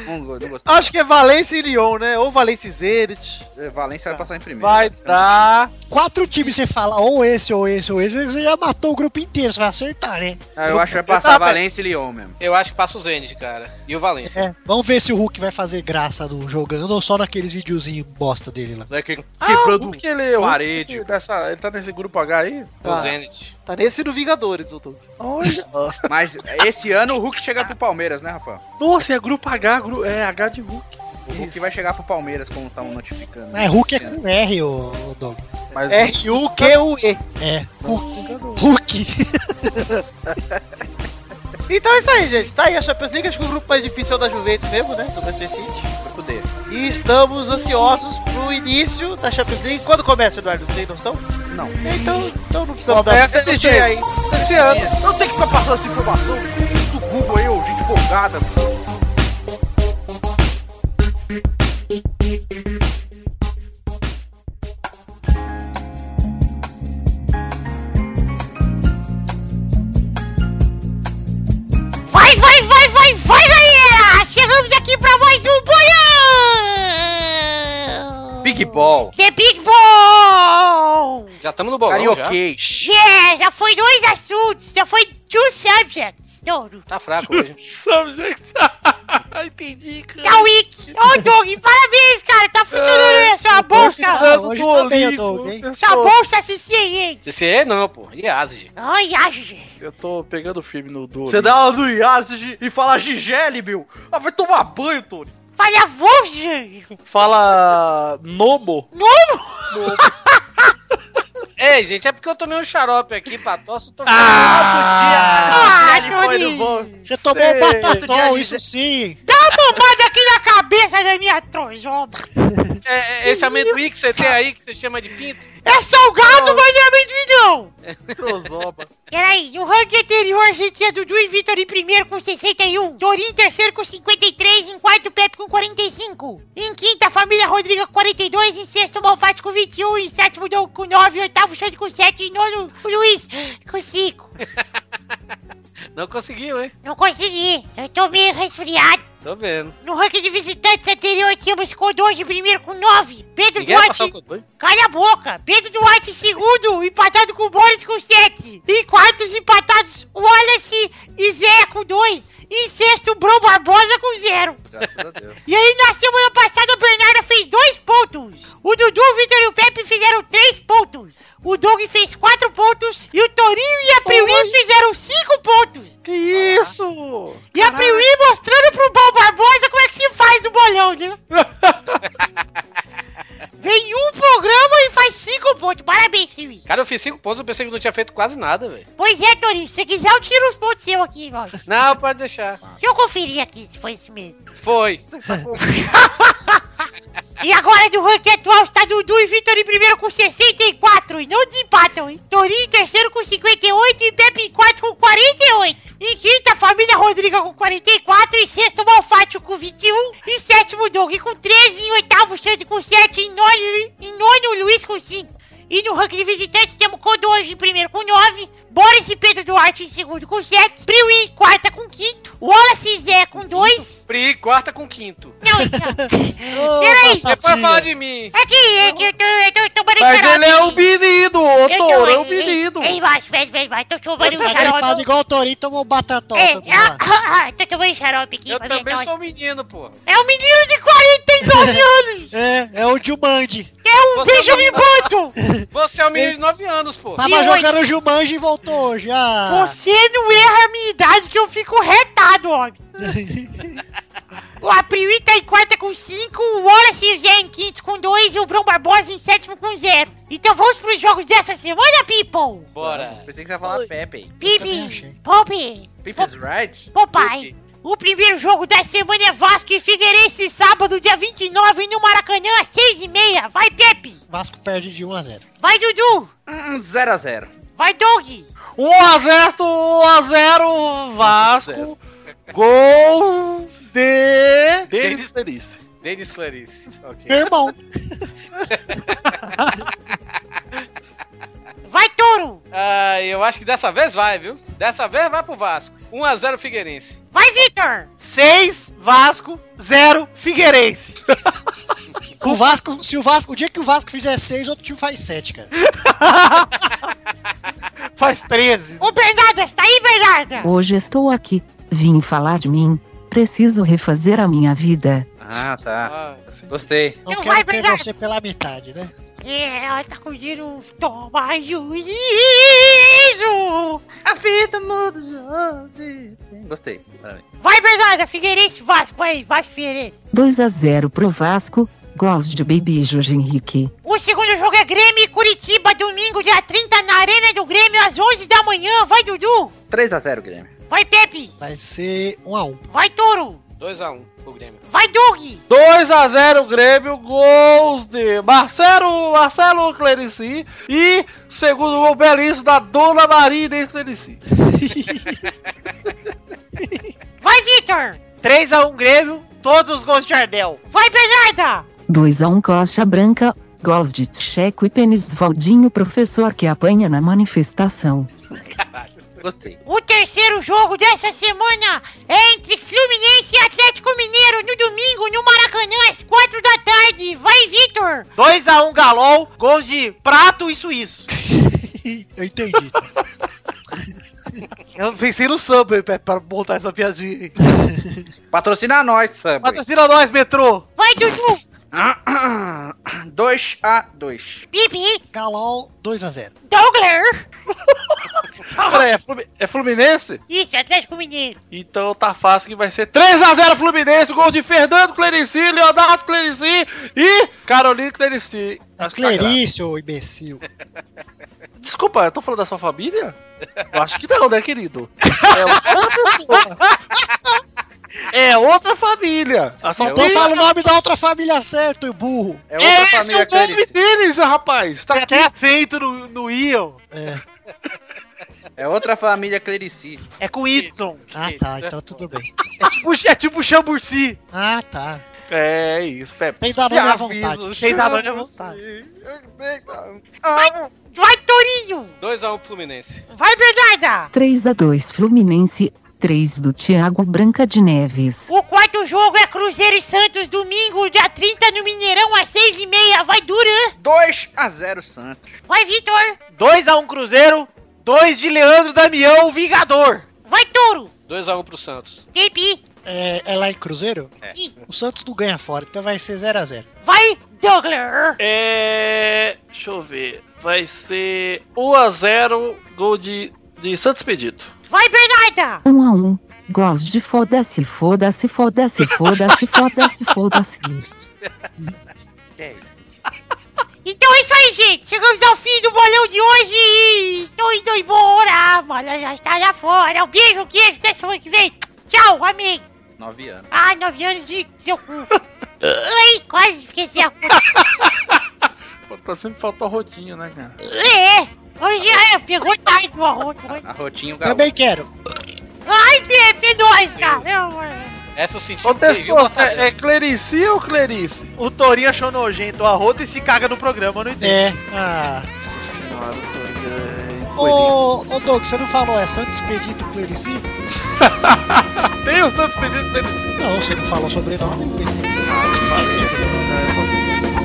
Não, não gostei. acho que é Valência e Lyon, né? Ou Valência e Zenit. É, Valência vai passar em primeiro. Vai dar. Quatro times você fala ou esse, ou esse, ou esse, você já matou o grupo inteiro, você vai acertar, né? Ah, eu acho é que vai Tá, passar velho. Valência e Lyon mesmo. eu acho que passa o Zenit, cara. E o Valência. Vamos ver se o Hulk vai fazer graça no jogando ou só naqueles videozinhos bosta dele lá. Não é que, que Ah, o produ- é Hulk, ele, o Hulk Parede. desse- dessa- ele tá nesse grupo H aí? O Ah. Zenit. Tá nesse do Vingadores, doutor. Mas esse ano o Hulk chega pro Palmeiras, né, rapaz? Nossa, é grupo H, gru- é H de Hulk. O Hulk vai chegar pro Palmeiras, como tá um notificando. É, Hulk é com R, ô, ô Doug. Mas R-U-Q-U-E. É, Hulk. Então é isso aí, gente. Tá aí a Champions League. Acho que o grupo mais difícil é o da Juventus mesmo, né? Do Manchester City. Vai fuder. E estamos ansiosos pro início da Champions League. Quando começa, Eduardo? Tem noção? Não. Então, então não precisamos Começa dar. esse Tem aí. Esse ano, não tem que ficar passando essa informação. Usa o Google aí, ô, gente folgada. um Big Ball. The Big Ball! Já estamos no bolão, Carioquês. Yeah, já foi dois assuntos, já foi two subjects, Douro. Tá fraco hoje. Subject. Entendi, cara. Tá weak. Ô, Doug, parabéns, cara, tá funcionando É, aí a sua bolsa. tá Hoje também, Doug, hein? Sua bolsa CCA. CCE não, pô. Iase. Ai, ai. Eu tô pegando firme no Doug. Você dá aula no Yazid e fala Gigele, meu. Ah, vai tomar banho, Tony. Falha Wolfgang. Fala. Nomo. Nomo. É, gente, é porque eu tomei um xarope aqui pra tosse, eu tô Ah, Gigele foi Tony. no bom. Você tomou Sei, um outro batatol, dia isso sim. Dá uma bombada aqui na cabeça da minha trojoba. É, é, esse amendoim que você tem aí, que você chama de pinto? É salgado, mas não é amendoim, não. Trozoba. Peraí, no ranking anterior a gente tinha Dudu e Vitor em primeiro com 61, Dorinho em terceiro com 53, em quarto Pepe com 45, em quinta Família Rodrigo com 42, em sexto Malfatti com 21, em sétimo Doug com 9, em oitavo Xande com 7 e nono o Luiz com 5. Não conseguiu, hein? Não consegui, eu tô meio resfriado. Tô vendo. No ranking de visitantes anterior tínhamos Codonge em primeiro com 9, Pedro Ninguém é vai Duarte passar o codoi? Cala a boca! Pedro Duarte em segundo, empatado com o Boris com 7. Em quartos, empatados Wallace e Zé com 2. Em sexto, o Bro Barbosa com 0. Graças a Deus. E aí, na semana passada, a Bernarda fez 2 pontos. O Dudu, o Vitor e o Pepe fizeram 3 pontos. O Doug fez 4 pontos. E o Torinho e a Piuí fizeram 5 pontos. Que isso? E a Piuí mostrando pro Bom Barbosa como é que se faz no bolão, né? Vem um programa e faz 5 pontos. Parabéns, Piuí. Cara, eu fiz cinco pontos, eu pensei que não tinha feito quase nada, velho. Pois é, Torinho, se você quiser eu tiro os pontos seus aqui, irmão. Deixa Não, pode deixar. eu conferir aqui se foi isso mesmo. Foi. E agora do ranking atual está Dudu e Vitor em primeiro com 64 e não desempatam, hein? Torinho em terceiro com 58 e Pepe em quarto com 48. Em quinta, Família Rodriga com 44 e sexto, Malfátio com 21 e sétimo, Doug com 13 e oitavo, Xande com 7 e nono, e nono Luiz com 5. E no ranking de visitantes temos Kodo hoje em primeiro com 9, Boris e Pedro Duarte em segundo com 7, Priui em quarta com quinto, Wallace e Zé com 2. Pri, quarta com quinto. Não, então. Ô, Peraí, Depois fala batatinha. de mim. Aqui, é que eu tô, eu tô tomando Mas xarope. ele é um menino, ô Eu tô- Toro, é um ei, ei, menino. Ei, baixo, vem, vem, vai, tô tomando um Tá gripado xarope. igual o Torinho, tomou um batatol. É, também ah, lá. ah, ah, tô tomando xarope aqui Eu pra também minha sou um menino, pô. tosse. É um menino de 49 anos! É, é o Jumanji. É um Você beijo não- me boto! Você é um menino de nove anos, pô. Tava E jogando o Jumanji e voltou hoje. Ah, Você não erra a minha idade que eu fico retado, homem. o Apriui tá em quarta com 5, o Wallace e o Zé em quinto com 2 e o Bruno Barbosa em sétimo com 0. Então vamos pros jogos dessa semana, people! Bora. Pensei que você ia falar Pepe. também achei. Bibi, Pope, Pepe's Ride? Popeye. O primeiro jogo da semana é Vasco e Figueirense, sábado, dia 29, no Maracanã, às 6h30. Vai, Pepe! Vasco perde de 1 a 0. Vai, Dudu! 0x0. Vai, Doug! 1x0, 1x0, Vasco. Gol de. Denis Clarice. Denis Clarice. Ok. Meu irmão, Vai, Touro! Ah, eu acho que dessa vez vai, viu? Dessa vez vai pro Vasco. 1x0 Figueirense. Vai, Vitor! 6, Vasco, 0, Figueirense. o Vasco, se o Vasco, o dia que o Vasco fizer 6, outro time faz 7, cara. Faz 13. Ô, Bernarda, está aí, Bernarda? Hoje estou aqui. Vim falar de mim. Preciso refazer a minha vida. Ah, tá. Ah, Gostei. Não Não quero vai ter brigar. você pela metade, né? É, ela tá com giro, toma juízo! A vida muda hoje. Gostei. Parabéns. Vai, Bernarda, Figueirense, Vasco, aí, Vasco, Figueirense. 2 a 0 pro Vasco. Gosto de Baby Jorge Henrique. O segundo jogo é Grêmio e Curitiba, domingo, dia 30, na Arena do Grêmio, às 11 da manhã. Vai, Dudu! 3x0, Guilherme. Vai, Pepe! Vai ser 1 a 1. Vai, Touro! 2x1 pro Grêmio. Vai, Doug! 2x0 Grêmio, gols de Marcelo, Marcelo Clerici e segundo gol belíssimo da Dona Maria Inês Clerici. Vai, Vitor! 3x1 Grêmio, todos os gols de Jardel. Vai, Bernarda! 2 a 1 Coxa Branca. Gols de Tcheco e Penisvaldinho, professor que apanha na manifestação. Gostei. O terceiro jogo dessa semana é entre Fluminense e Atlético Mineiro no domingo no Maracanã às 4 da tarde. Vai, Vitor! 2x1 Galol, gols de Prato e Suíço. Eu entendi. tá? Eu pensei no Subway pra, pra montar essa piadinha aí. Patrocina nós, Sam. Patrocina nós, metrô. Vai, Dudu! 2 a 2. Bibi! Galol, 2x0. Dougler! Peraí, é, Flumi- é Fluminense? Isso, Atlético Mineiro. Então tá fácil que vai ser 3x0 Fluminense, gol de Fernando Clerici, Leonardo Clerici e Carolina Clerici. Tá É Clerice, ô imbecil. Desculpa, eu tô falando da sua família? Eu acho que não, né, querido? É outra Tá pessoa. É outra família. Ah, A é sua Faltou família- falar o nome da outra família certo, burro. É outra Esse família é o nome Clerici. deles, rapaz. Tá Tem aqui. até aceito no, no Ion. É outra família Clerici. É com Y. Ah, tá, então tudo bem. É tipo, é tipo Chamburci. Ah, tá. É isso, Pepe. Tem Danone é à vontade. Tem Danone à vontade. Vai, vai Torinho! 2x1 pro Fluminense. Vai, Bernarda! 3 a 2 Fluminense, 3 do Thiago Branca de Neves. O quarto jogo é Cruzeiro e Santos, domingo, dia 30, no Mineirão, às 6h30. Vai, Duran! 2 a 0 Santos. Vai, Vitor! 2x1 Cruzeiro, 2 de Leandro Damião, o Vingador. Vai, Touro! 2x1 pro Santos. Bibi! É, é lá em Cruzeiro? Sim. O Santos não ganha fora, então vai ser 0x0. Vai, Dougler! É. Deixa eu ver. Vai ser 1x0, gol de, de Santos Pedido. Vai, Bernarda! 1 a 1 Gosto de foda-se, foda-se, foda-se, foda-se, foda-se, foda-se. Então é isso aí, gente. Chegamos ao fim do bolão de hoje e estou indo embora. Mano, já está lá fora. Um beijo, queijo. Até semana que vem. Tchau, amém. 9 anos. Ah, nove anos de seu cu. Ai, quase esqueci a puta. Pô, tá sempre faltou rotinho, né, cara? É, hoje é, pegou tarde o arroz. A rotinho galera. Também quero. né? Ai, Pepe, nós, cara. Essa eu senti. Ô, que teve, Tescoço, viu? é, é Clerici ou Clerice? O Torinho achou nojento o arroto e se caga no programa, eu não entendo. É. Ah. Senhora, Torinho. Ô, ô Doug, você não falou, é Santos Pedito Clerici? Tem o Santos Pedido Clerici. Não, você não falou sobrenome, eu pensei que você tinha esquecido.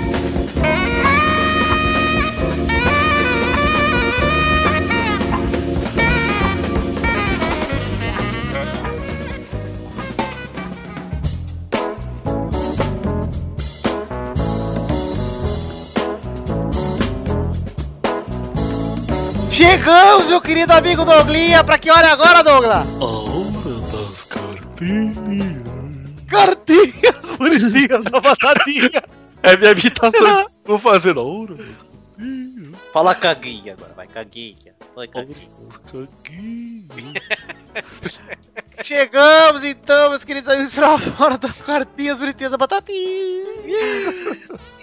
É. Chegamos, meu querido amigo Douglinha, pra que hora é agora, Douglas? A hora das cartinhas. Cartinhas bonitinhas da batatinha. É minha habitação. Vou fazer a hora das Fala caguinha agora, vai caguinha. Vai caguinha. cartinhas. Chegamos então, meus queridos amigos, pra fora das cartinhas bonitinhas da batatinha.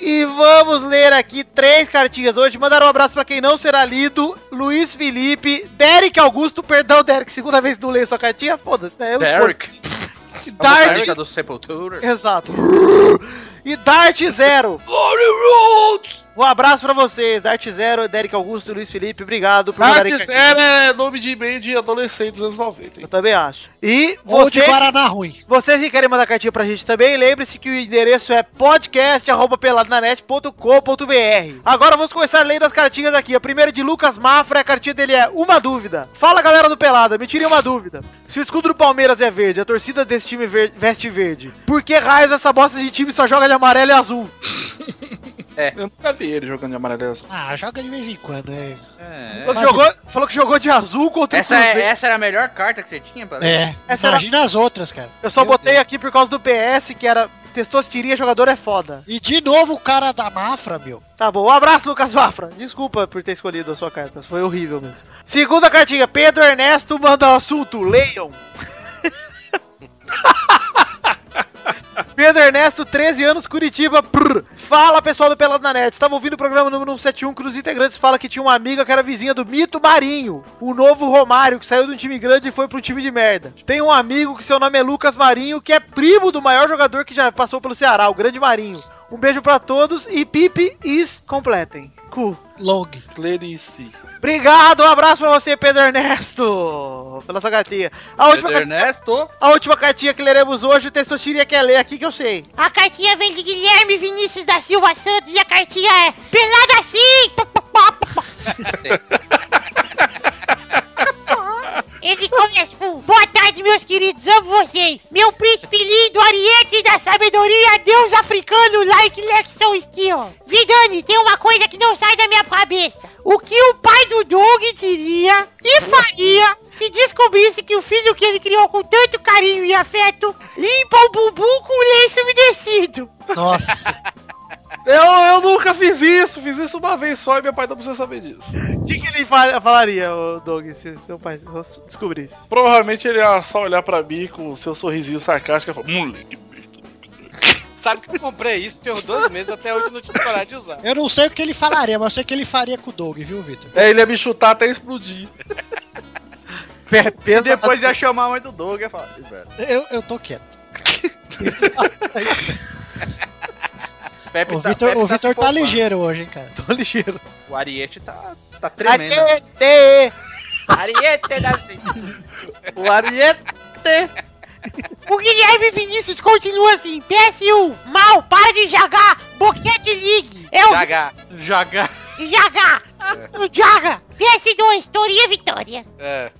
E vamos ler aqui três cartinhas hoje. Mandar um abraço pra quem não será lido: Luiz Felipe, Derek Augusto, perdão, Derek, segunda vez que não leio sua cartinha, foda-se, né? Eu Derek. escolhi. Dark. Dart, do Sepultura. exato. E Dart Zero. Um abraço pra vocês, Dart Zero, Derek Augusto, Luiz Felipe, obrigado por mandarem Arte cartinha. Zero é nome de e-mail de adolescente dos anos 90. Eu hein? também acho. E Ou de você Guaraná ruim. Vocês que querem mandar cartinha pra gente também, lembre-se que o endereço é podcast.peladnanet.com.br. Agora vamos começar a ler as cartinhas aqui. A primeira é de Lucas Mafra, a cartinha dele é Uma Dúvida. Fala galera do Pelada, me tirem uma dúvida. Se o escudo do Palmeiras é verde, a torcida desse time ver- veste verde, por que raios essa bosta de time só joga de amarelo e azul? Eu nunca vi ele jogando de amarelo. Ah, joga de vez em quando, é. É. Falou que Mas- jogou- falou que jogou de azul contra Essa, o é- Cruzeiro. essa era a melhor carta que você tinha, pra ler? É, Essa era- imagina as outras, cara. Eu só é- Meu botei Deus. aqui por causa do PS, que era testosterinha, jogador é foda. E de novo o cara da Mafra, meu. Tá bom, um abraço, Lucas Mafra. Desculpa por ter escolhido a sua carta, foi horrível mesmo. Segunda cartinha, Pedro Ernesto manda o assunto, leiam. Pedro Ernesto, 13 anos, Curitiba. prr. Fala pessoal do Pelado na Net. Estava ouvindo o programa número 171 que os integrantes fala que tinha uma amiga que era vizinha do Mito Marinho, o novo Romário, que saiu de um time grande e foi para um time de merda. Tem um amigo que seu nome é Lucas Marinho, que é primo do maior jogador que já passou pelo Ceará, o Grande Marinho. Um beijo pra todos e Pipe is completem. Cu. Long. Clarice. Obrigado, um abraço pra você, Pedro Ernesto, pela sua cartinha. A última Pedro Ernesto? A última cartinha que leremos hoje, o Testosterinha quer ler aqui que eu sei. A cartinha vem de Guilherme Vinícius da Silva Santos e a cartinha é Pelada sim! Pá, pá, pá, pá. Ele começa com Boa tarde, meus queridos, amo vocês! Meu príncipe lindo, oriente da sabedoria, Deus africano, like Lexon Steel! Vidani, tem uma coisa que não sai da minha cabeça! O que o pai do Doug diria e faria se descobrisse que o filho que ele criou com tanto carinho e afeto limpa o bumbum com lenço umedecido? Nossa. Eu, eu nunca fiz isso, fiz isso uma vez só e meu pai não precisa saber disso. O que, que ele fa- falaria, ô, Doug, se seu pai se descobrisse? Provavelmente ele ia só olhar pra mim com o seu sorrisinho sarcástico e falar, moleque. Sabe que eu comprei isso, tenho dois meses, até hoje eu não tive coragem de usar. Eu não sei o que ele falaria, mas eu sei o que ele faria com o Doug, viu, Vitor? É, ele ia me chutar até explodir. E depois ia chamar a mãe do Doug e ia falar. "Ih, velho, Eu, eu tô quieto. Pepe O Vitor, Pepe o Vitor se tá poupando. ligeiro hoje, hein, cara? Tô ligeiro. O Ariete tá, tá é tremendo. Ariete! Ariete da O é Ariete! O Guilherme Vinícius continua assim, PS1, mal, para de jogar, Boquete League. É o Jagar. Jagar. Jaga! O Jaga! PS2, Toria Vitória. É.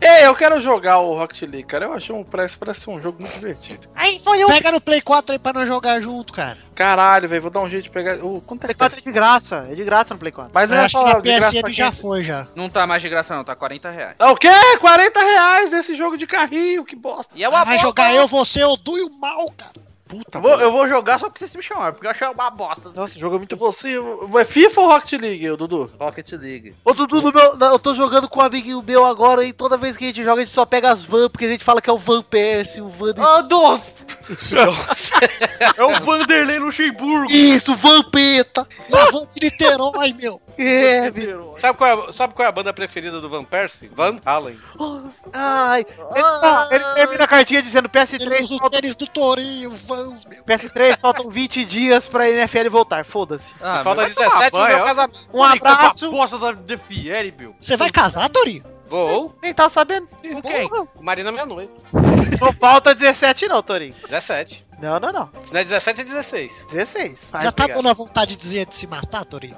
Ei, eu quero jogar o Rocket League, cara. Eu achei um parece, parece ser um jogo muito divertido. Aí foi um o... Pega no Play 4 aí pra nós jogar junto, cara. Caralho, velho, vou dar um jeito de pegar. Ô, quanto é Play 4 é de graça, é de graça no Play 4. Mas Eu eu ia acho que falar, na de graça é- PSN pra já quem- foi, já. Não tá mais de graça, não, tá 40 reais. Ah, o quê? 40 reais nesse jogo de carrinho, que bosta. né? E é Vai Ah, jogar eu, você, o Du e o Mal, cara. Puta, Eu vou, eu vou jogar só porque vocês me chamaram, porque eu achei uma bosta. Nossa, esse jogo é muito bom. Você é FIFA ou Rocket League, ô, Dudu? Rocket League. Ô, Dudu, no meu- na- eu tô jogando com um amiguinho meu agora e toda vez que a gente joga, a gente só pega as van, porque a gente fala que é o Van Persie, o Van... Ô, Dost! é o Vanderlei Luxemburgo! Isso, Vampeta! Ah! Lavando de Niterói, meu. É, meu. Sabe qual, é, sabe qual é a banda preferida do Van Persie? Van Halen. Ai, ele, tá- ele termina a cartinha dizendo Ele PS3, usa o faltam- tênis do Torinho, Vans, meu. PS3 faltam 20 dias pra NFL voltar, foda-se. Ah, Falta meu, vai tomar 17 no banho, meu ó. casamento. tá Um abraço, Bosta da de Fieri, meu. Você vai casar, Torinho? Vou. nem tá sabendo. Com quem? Com Marina Meia Noite. Não falta 17 não, Torinho. 17. Não, não, não. Se não é 17, é 16. 16. Já tá dando a vontade de dizer de se matar, Torinho?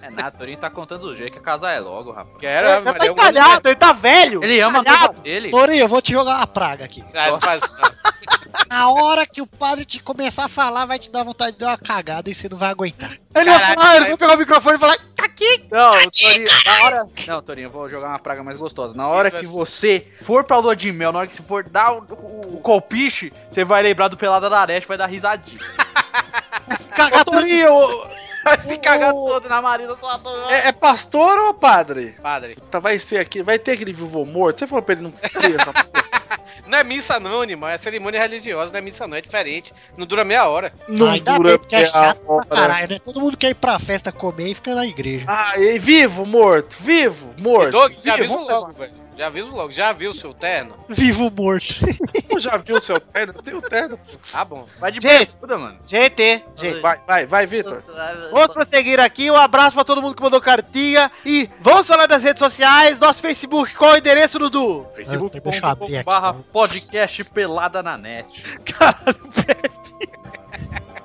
É nada, o Torinho tá contando o jeito que casar é logo, rapaz. Quero, Ele Maria, tá eu gosto de- encalhado, ele tá velho. Ele ama a Calhado. noiva dele. Torinho, eu vou te jogar uma praga aqui. É, Ah, faz- Na hora que o padre te começar a falar, vai te dar vontade de dar uma cagada e você não vai aguentar. Ele vai Caralho, falar, ele vai- vai pegar o microfone e falar, "Tá aqui. Não, o Torinho, na hora. Não, Torinho, eu vou jogar uma praga mais gostosa. Na hora Isso é- que você for pra lua de mel, na hora que você for dar o, o, o colpiche, você vai lembrar do Pelada da Arete, vai dar risadinha. Cagar Torinho. Vai se cagar todo na Marina, sua dor. É, é pastor ou padre? Padre. Tá, vai ser aqui, vai ter aquele vivo morto. Você falou pra ele não ter essa porra. Não é missa não, animal. É cerimônia religiosa, não é missa não, é diferente. Não dura meia hora. Não Ainda dura bem, porque é meia chato pra hora. caralho, né? Todo mundo quer ir pra festa comer e fica na igreja. Ah, e vivo, morto, vivo, morto. Doug, já vivo, aviso logo, velho. Já aviso logo. Já viu o seu terno? Vivo morto. Eu já viu o seu terno? Tem o terno. Ah, bom. Vai de Gente. bermuda, mano. GT, GT. Vai, vai, vai, Vitor. Vamos prosseguir aqui. Um abraço pra todo mundo que mandou cartinha. E vamos falar das redes sociais. Nosso Facebook, qual é o endereço, Dudu? Ah, deixa eu abrir aqui, barra então. podcast pelada na net.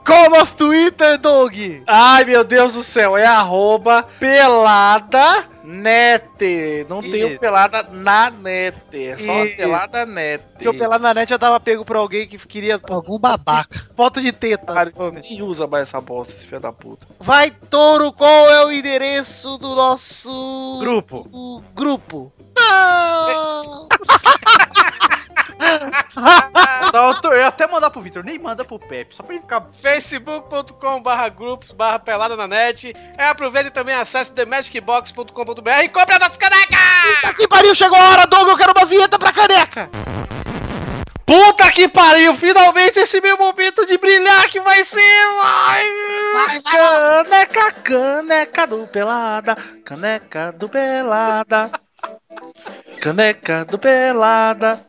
Qual é o nosso Twitter, Doug? Ai, meu Deus do céu, é arroba pelada net. Não tem o Isso. pelada na net, é só Isso. pelada net. Porque eu pela na net já tava pego pra alguém que queria Algum babaca. foto de teta. Cara, quem usa mais essa bosta, esse filho da puta? Ah. Vai, Touro, qual é o endereço do nosso Grupo. o grupo? Não! Tá, eu, tô- eu ia até mandar pro Vitor, nem manda pro Pepe, só pra ele ficar. facebook.com barra grupos barra pelada na net é, aproveita e também acesse themagicbox.com.br e compre a nossa caneca Tá que pariu, chegou a hora, Doug, eu quero uma vinheta pra caneca. Puta que pariu! Finalmente esse meu momento de brilhar que vai ser! Ai, Vai, vai caneca, caneca do Pelada, caneca do Pelada, caneca do Pelada.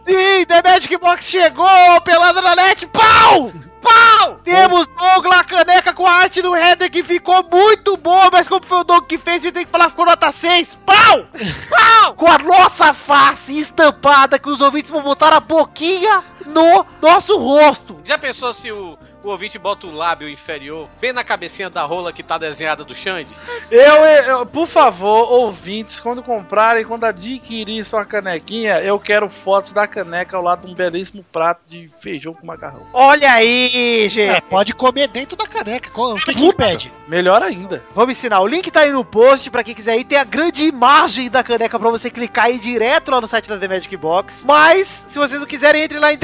Sim, The Magic Box chegou, pelada na net, pau! pau! Temos Doug La Caneca com a arte do header que ficou muito boa, mas como foi o Doug que fez, a gente tem que falar que ficou nota 6. Pau! Pau! com a nossa face estampada que os ouvintes vão botar a boquinha no nosso rosto. Já pensou se o, o ouvinte bota o lábio inferior bem na cabecinha da rola que tá desenhada do Xande? Eu, eu- por favor, ouvintes, quando comprarem, quando adquirir sua canequinha, eu quero fotos da caneca ao lado de um belíssimo prato de feijão com macarrão. Olha aí, gente. É, pode comer dentro da caneca. co- O que que impede? Melhor ainda. Vamos ensinar. O link tá aí no post pra quem quiser ir. Tem a grande imagem da caneca pra você clicar e ir direto lá no site da The Magic Box. Mas, se vocês não quiserem, entre lá em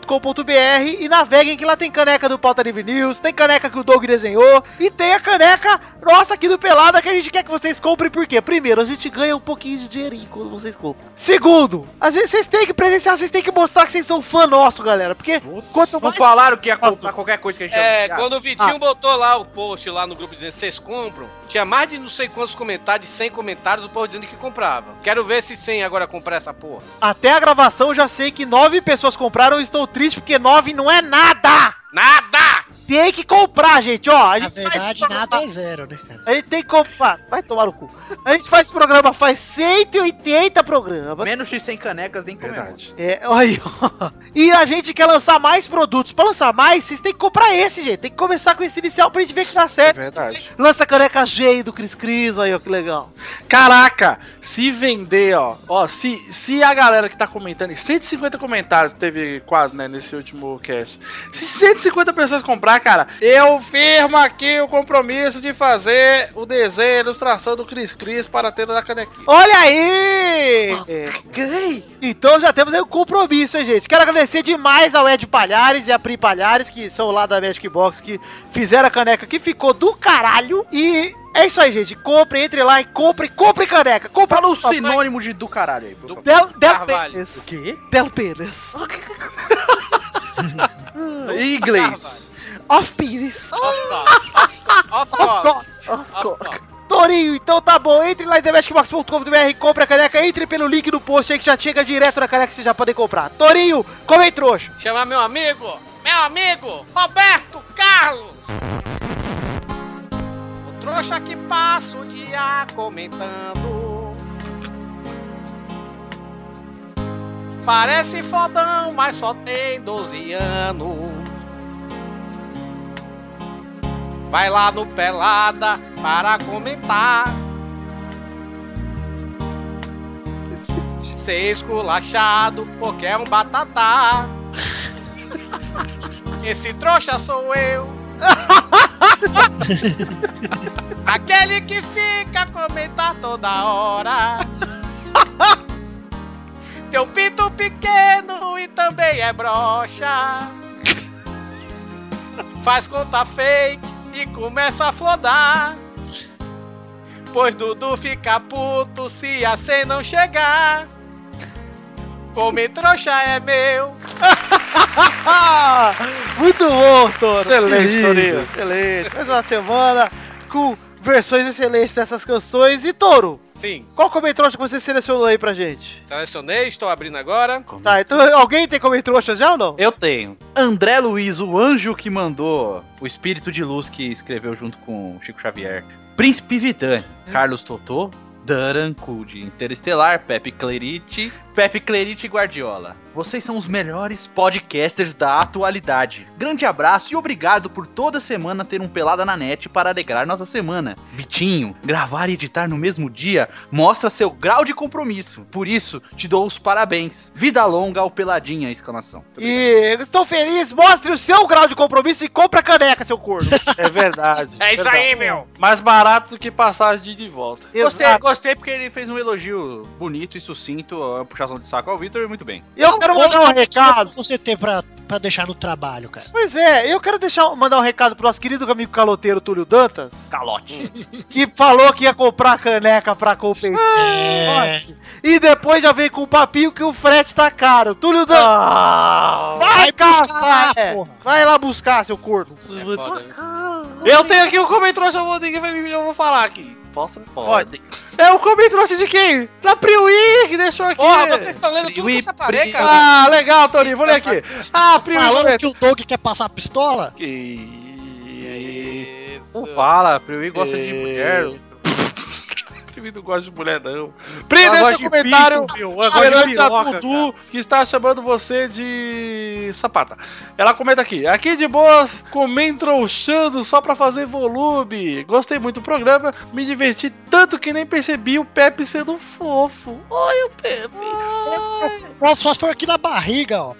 themagicbox.com.br e naveguem que lá tem caneca do Pauta Livre News, tem caneca que o Doug desenhou e tem a caneca nossa aqui do Pelada que a gente quer que vocês comprem porque, primeiro, a gente ganha um pouquinho de dinheirinho quando vocês compram. Segundo, às vezes vocês têm que presenciar, vocês têm que mostrar que vocês são fã nosso, galera. Porque quanto Não mais... falaram que ia comprar qualquer coisa que a gente É, anunciasse? quando o Vitinho Ah. botou lá o post lá no grupo dizendo vocês compram, tinha mais de não sei quantos comentários, 100 comentários, o povo dizendo que comprava. Quero ver se 100 agora comprar essa porra. Até a gravação eu já sei que nove pessoas compraram e estou triste porque nove não é nada! Nada! Tem que comprar, gente, ó. A gente Na verdade, faz nada é zero, né, cara? A gente tem que comprar. Vai tomar no cu. A gente faz esse programa, faz 180 programas. Menos de 100 canecas, nem comemora. É, olha aí, ó. E a gente quer lançar mais produtos. Pra lançar mais, vocês têm que comprar esse, gente. Tem que começar com esse inicial pra gente ver que dá certo. verdade. Lança a caneca G do Cris Cris, aí, ó, que legal. Caraca, se vender, ó, ó, se, se a galera que tá comentando, e 150 comentários teve quase, né, nesse último cast. Se 150 pessoas comprar, cara, eu firmo aqui o compromisso de fazer o desenho, a ilustração do Cris Cris para ter na canequinha. Olha aí! Ganhei! Então já temos aí um compromisso, hein, gente? Quero agradecer demais ao Ed Palhares e a Pri Palhares, que são lá da Magic Box, que fizeram a caneca que ficou do caralho. E é isso aí, gente. Compre, entre lá e compre, compre caneca. Compre Fala o papai. sinônimo de do caralho aí, Do por favor. Del, Del Carvalho. Pênis. O quê? Del Pênis. Em Inglês. Off Pênis. Ó, Off Torinho, então tá bom, entre lá em TheMagicBox.com.br, compra a caneca, entre pelo link do post aí que já chega direto na caneca que vocês já podem comprar. Torinho, come aí, trouxa. Chamar meu amigo, meu amigo, Roberto Carlos. O trouxa que passa o dia comentando. Parece fodão, mas só tem 12 anos. Vai lá no Pelada para comentar. Ser esculachado porque é um batatá. Esse trouxa sou eu. Aquele que fica a comentar toda hora. Teu pinto pequeno e também é broxa. Faz conta fake e começa a flodar. Pois Dudu fica puto se a 100 não chegar. Come trouxa é meu. Ah, Muito bom, Toro. Excelente, Que lindo. Torinho. Excelente. Mais uma semana com versões excelentes dessas canções. E, Toro, Sim, qual comentrouxa que você selecionou aí pra gente? selecionei, estou abrindo agora. Tá, então alguém tem comentrouxa já ou não? Eu tenho. André Luiz, o anjo que mandou o espírito de luz que escreveu junto com Chico Xavier. Príncipe Vidani, Carlos Totô, Daran Kud, Interestelar, Pepe Clerite, Pepe Clerite e Guardiola. Vocês são os melhores podcasters da atualidade. Grande abraço e obrigado por toda semana ter um Pelada na Net para alegrar nossa semana. Bitinho, gravar e editar no mesmo dia mostra seu grau de compromisso. Por isso, te dou os parabéns. Vida longa ao Peladinha! Exclamação. E estou feliz, mostre o seu grau de compromisso e compra a caneca, seu corno. É verdade. É isso aí, meu. Mais barato do que passagem de ida e volta. Gostei, gostei porque ele fez um elogio bonito e sucinto, uma puxação de saco ao Vitor e muito bem. Eu quero mandar um Outro recado recado. que você tem pra, pra deixar no trabalho, cara. Pois é, eu quero deixar, mandar um recado pro nosso querido amigo caloteiro Túlio Dantas, Calote. que falou que ia comprar a caneca pra compensar. É. E depois já veio com o papinho que o frete tá caro. Túlio Dantas. vai, vai buscar caçar, lá, é. porra. Vai lá buscar, seu corno. foda, né? Eu tenho aqui um comentário, eu vou, ninguém vai me- eu vou falar aqui. posso, não Pode. Eu comi trouxa É de quem? Da Priuí, que deixou aqui. Porra, vocês estão lendo tudo que eu separei, cara. Ah, legal, Toninho, vou ler aqui. Ah, Priuí. Falando que o Doug quer passar pistola? Não fala, Priui gosta É. de mulher. Priui não gosta de mulher, não. Pri, gosta deixa de um comentário pinto, meu. Eu gosto de perante a piroca, Dudu, que está chamando você de sapata. Ela comenta aqui. Aqui de boas, comentrouxando só pra fazer volume. Gostei muito do programa, me diverti tanto que nem percebi o Pepe sendo fofo. Oi, o Pepe. Ó, Só se for aqui na barriga, ó.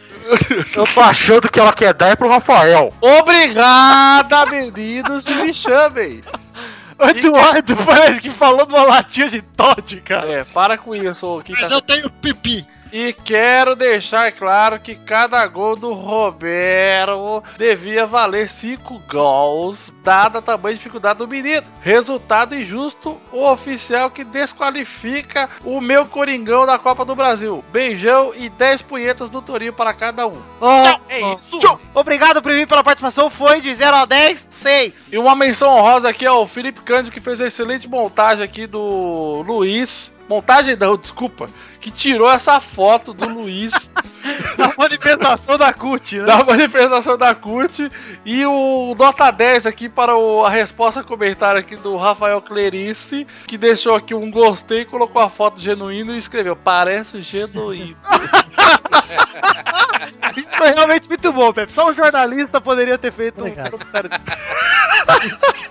Eu tô achando que ela quer dar é pro Rafael. Obrigada, meninos, e me chamem. O Eduardo parece que falou uma latinha de Todd, cara. É, para com isso, ô, quem Mas tá- eu tenho pipi. E quero deixar claro que cada gol do Romero devia valer 5 gols, dada a tamanha dificuldade do menino. Resultado injusto, o oficial que desqualifica o meu Coringão da Copa do Brasil. Beijão e 10 punhetas do Torinho para cada um. é isso. Obrigado, Priuí, pela participação. Foi de 0 a 10, 6. E uma menção honrosa aqui ao Felipe Cândido, que fez a excelente montagem aqui do Luiz. Montagem não, desculpa. Que tirou essa foto do Luiz. da manifestação da CUT, né? Da manifestação da CUT. E o nota 10 aqui para o- a resposta ao comentário aqui do Rafael Clerice, que deixou aqui um gostei, colocou a foto genuíno e escreveu: Parece genuíno. Isso foi realmente muito bom, Pepe. Só um jornalista poderia ter feito um comentário.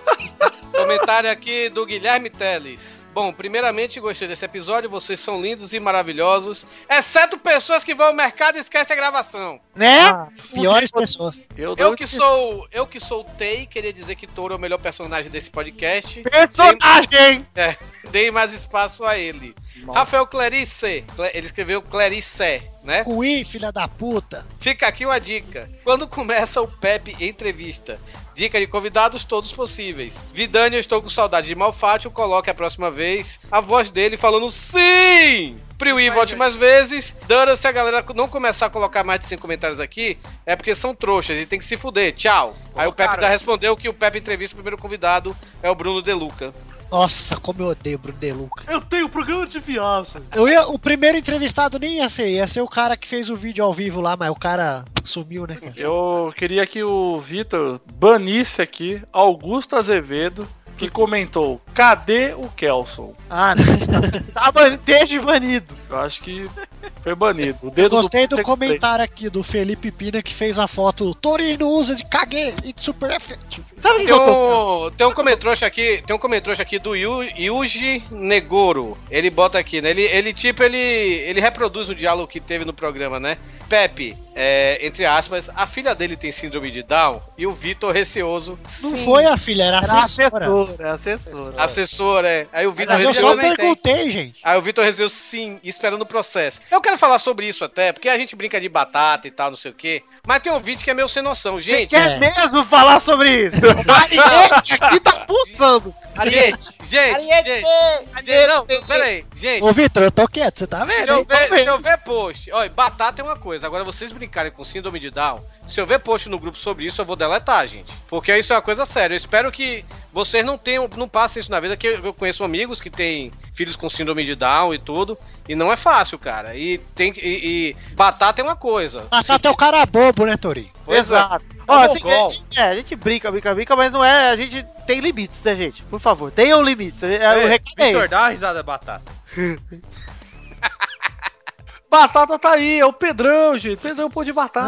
Comentário aqui do Guilherme Teles. Bom, primeiramente gostei desse episódio, vocês são lindos e maravilhosos, exceto pessoas que vão ao mercado e esquecem a gravação. Né? Piores pessoas. Eu, Eu que sou, eu que sou Tei, queria dizer que Touro é o melhor personagem desse podcast. Personagem! Dei, é, dei mais espaço a ele. Rafael Clarice, Cle- ele escreveu Clarice, né? Cuí, filha da puta. Fica aqui uma dica. Quando começa o Pepe entrevista, dica de convidados todos possíveis. Vidani, eu estou com saudade de Malfátio, coloque a próxima vez a voz dele falando sim! Priui, volte mais vezes. Dana, se a galera não começar a colocar mais de 100 comentários aqui, é porque são trouxas e tem que se fuder. Tchau. Aí o Pepe cara. já respondeu que o Pepe entrevista o primeiro convidado é o Bruno Deluca. Nossa, como eu odeio o Bruno De Luca. Eu tenho programa de viagem. Eu ia, o primeiro entrevistado nem ia ser, ia ser o cara que fez o vídeo ao vivo lá, mas o cara sumiu, né? cara? Eu queria que o Vitor banisse aqui Augusto Azevedo, que comentou: Cadê o Kelson? Ah, não. Tá ban- desde banido. Eu acho que foi banido. O Eu dedo gostei pé do que eu dei. comentário aqui do Felipe Pina que fez uma foto Torino usa de cague e super efetivo. Tem um, tem um comentrouxa aqui, tem um comentrouxa aqui do Yu- Yuji Negoro. Ele bota aqui, né? Ele, ele tipo, ele, ele reproduz o diálogo que teve no programa, né? Pepe, é, entre aspas, a filha dele tem síndrome de Down e o Vitor receoso. Não foi a filha, era Era assessora. Era assessora. Ah, Assessor, é. Aí o Vitor Mas eu receoso só nem tem. perguntei, gente. Aí o Vitor resolveu sim, esperando o processo. Eu quero falar sobre isso até, porque a gente brinca de batata e tal, não sei o quê. Mas tem um vídeo que é meio sem noção, gente. Quer mesmo falar sobre isso? O Mariette aqui tá pulsando. Gente, gente, gente, gente, não, pera aí, gente. Ô, Vitor, eu tô quieto, você tá Se vendo? É eu, hein? ver, se eu ver post, olha, batata é uma coisa, agora vocês brincarem com síndrome de Down, se eu ver post no grupo sobre isso, eu vou deletar, gente. Porque isso é uma coisa séria. Eu espero que vocês não tenham, não passem isso na vida, que eu conheço amigos que têm filhos com síndrome de Down e tudo, e não é fácil, cara. E tem que- e, e batata é uma coisa. é. Matar até o cara bobo, né, Tori? é. Exato. Tá Ó, Ó, assim, a gente, é, a gente brinca, brinca, brinca, mas não é. A gente tem limites, né, gente? Por favor, tenham limites. É, o recado é Vitor, esse. dá uma risada batata. Batata tá aí, é o Pedrão, gente. Pedrão pô de batata.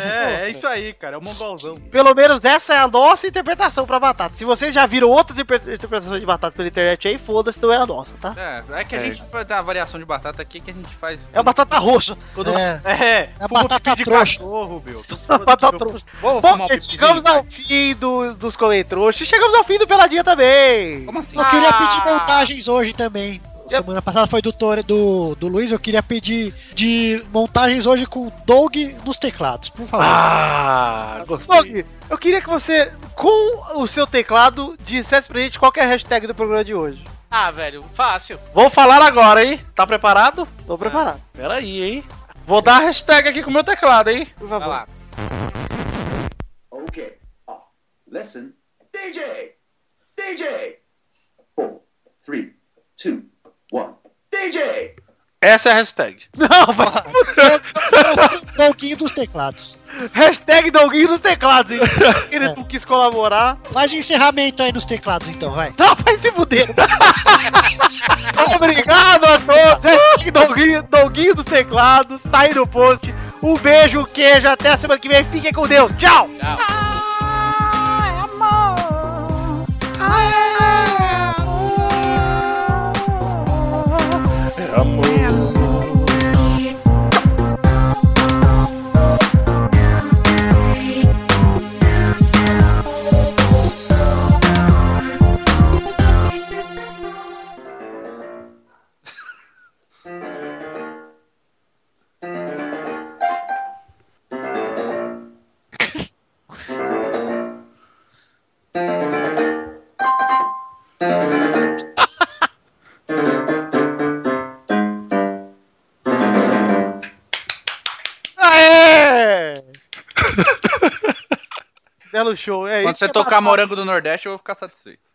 É, é isso aí, cara. É o mongolzão. Pelo menos essa é a nossa interpretação pra batata. Se vocês já viram outras interpre- interpretações de batata pela internet aí, foda-se, não é a nossa, tá? É, é que a É. gente faz a variação de batata aqui que a gente faz. É a batata roxa. Todo- É. É, É a fuma batata pipi de trouxa. cachorro, meu. batata trouxa. Vamos Bom, fumar um gente, pipizinho. chegamos ao fim do, dos comentrouxas. Chegamos ao fim do Peladinha também. Como assim? Eu queria pedir montagens hoje também. Semana passada foi do, Tor- do, do Luiz, eu queria pedir de montagens hoje com o Doug nos teclados, por favor. Ah, Doug, eu queria que você, com o seu teclado, dissesse pra gente qual que é a hashtag do programa de hoje. Ah, velho, fácil. Vou falar agora, hein? Tá preparado? Tô preparado. Peraí, hein? Vou dar a hashtag aqui com o meu teclado, hein? Por favor. lá. Okay. Uh, listen. DJ! DJ! Essa é a hashtag. Não, vai se fuder. Doguinho dos teclados. Hashtag Doguinho dos teclados, hein? Ele não quis colaborar. Faz de encerramento aí nos teclados, então, vai. Não, vai se fuder. Obrigado a todos. Hashtag Doguinho, Doguinho dos teclados. Tá aí no post. Um beijo, um queijo. Até a semana que vem. Fiquem com Deus. Tchau. Tchau. Aê! Belo show. É Quando isso você que é tocar bacana. é morango do Nordeste, eu vou ficar satisfeito.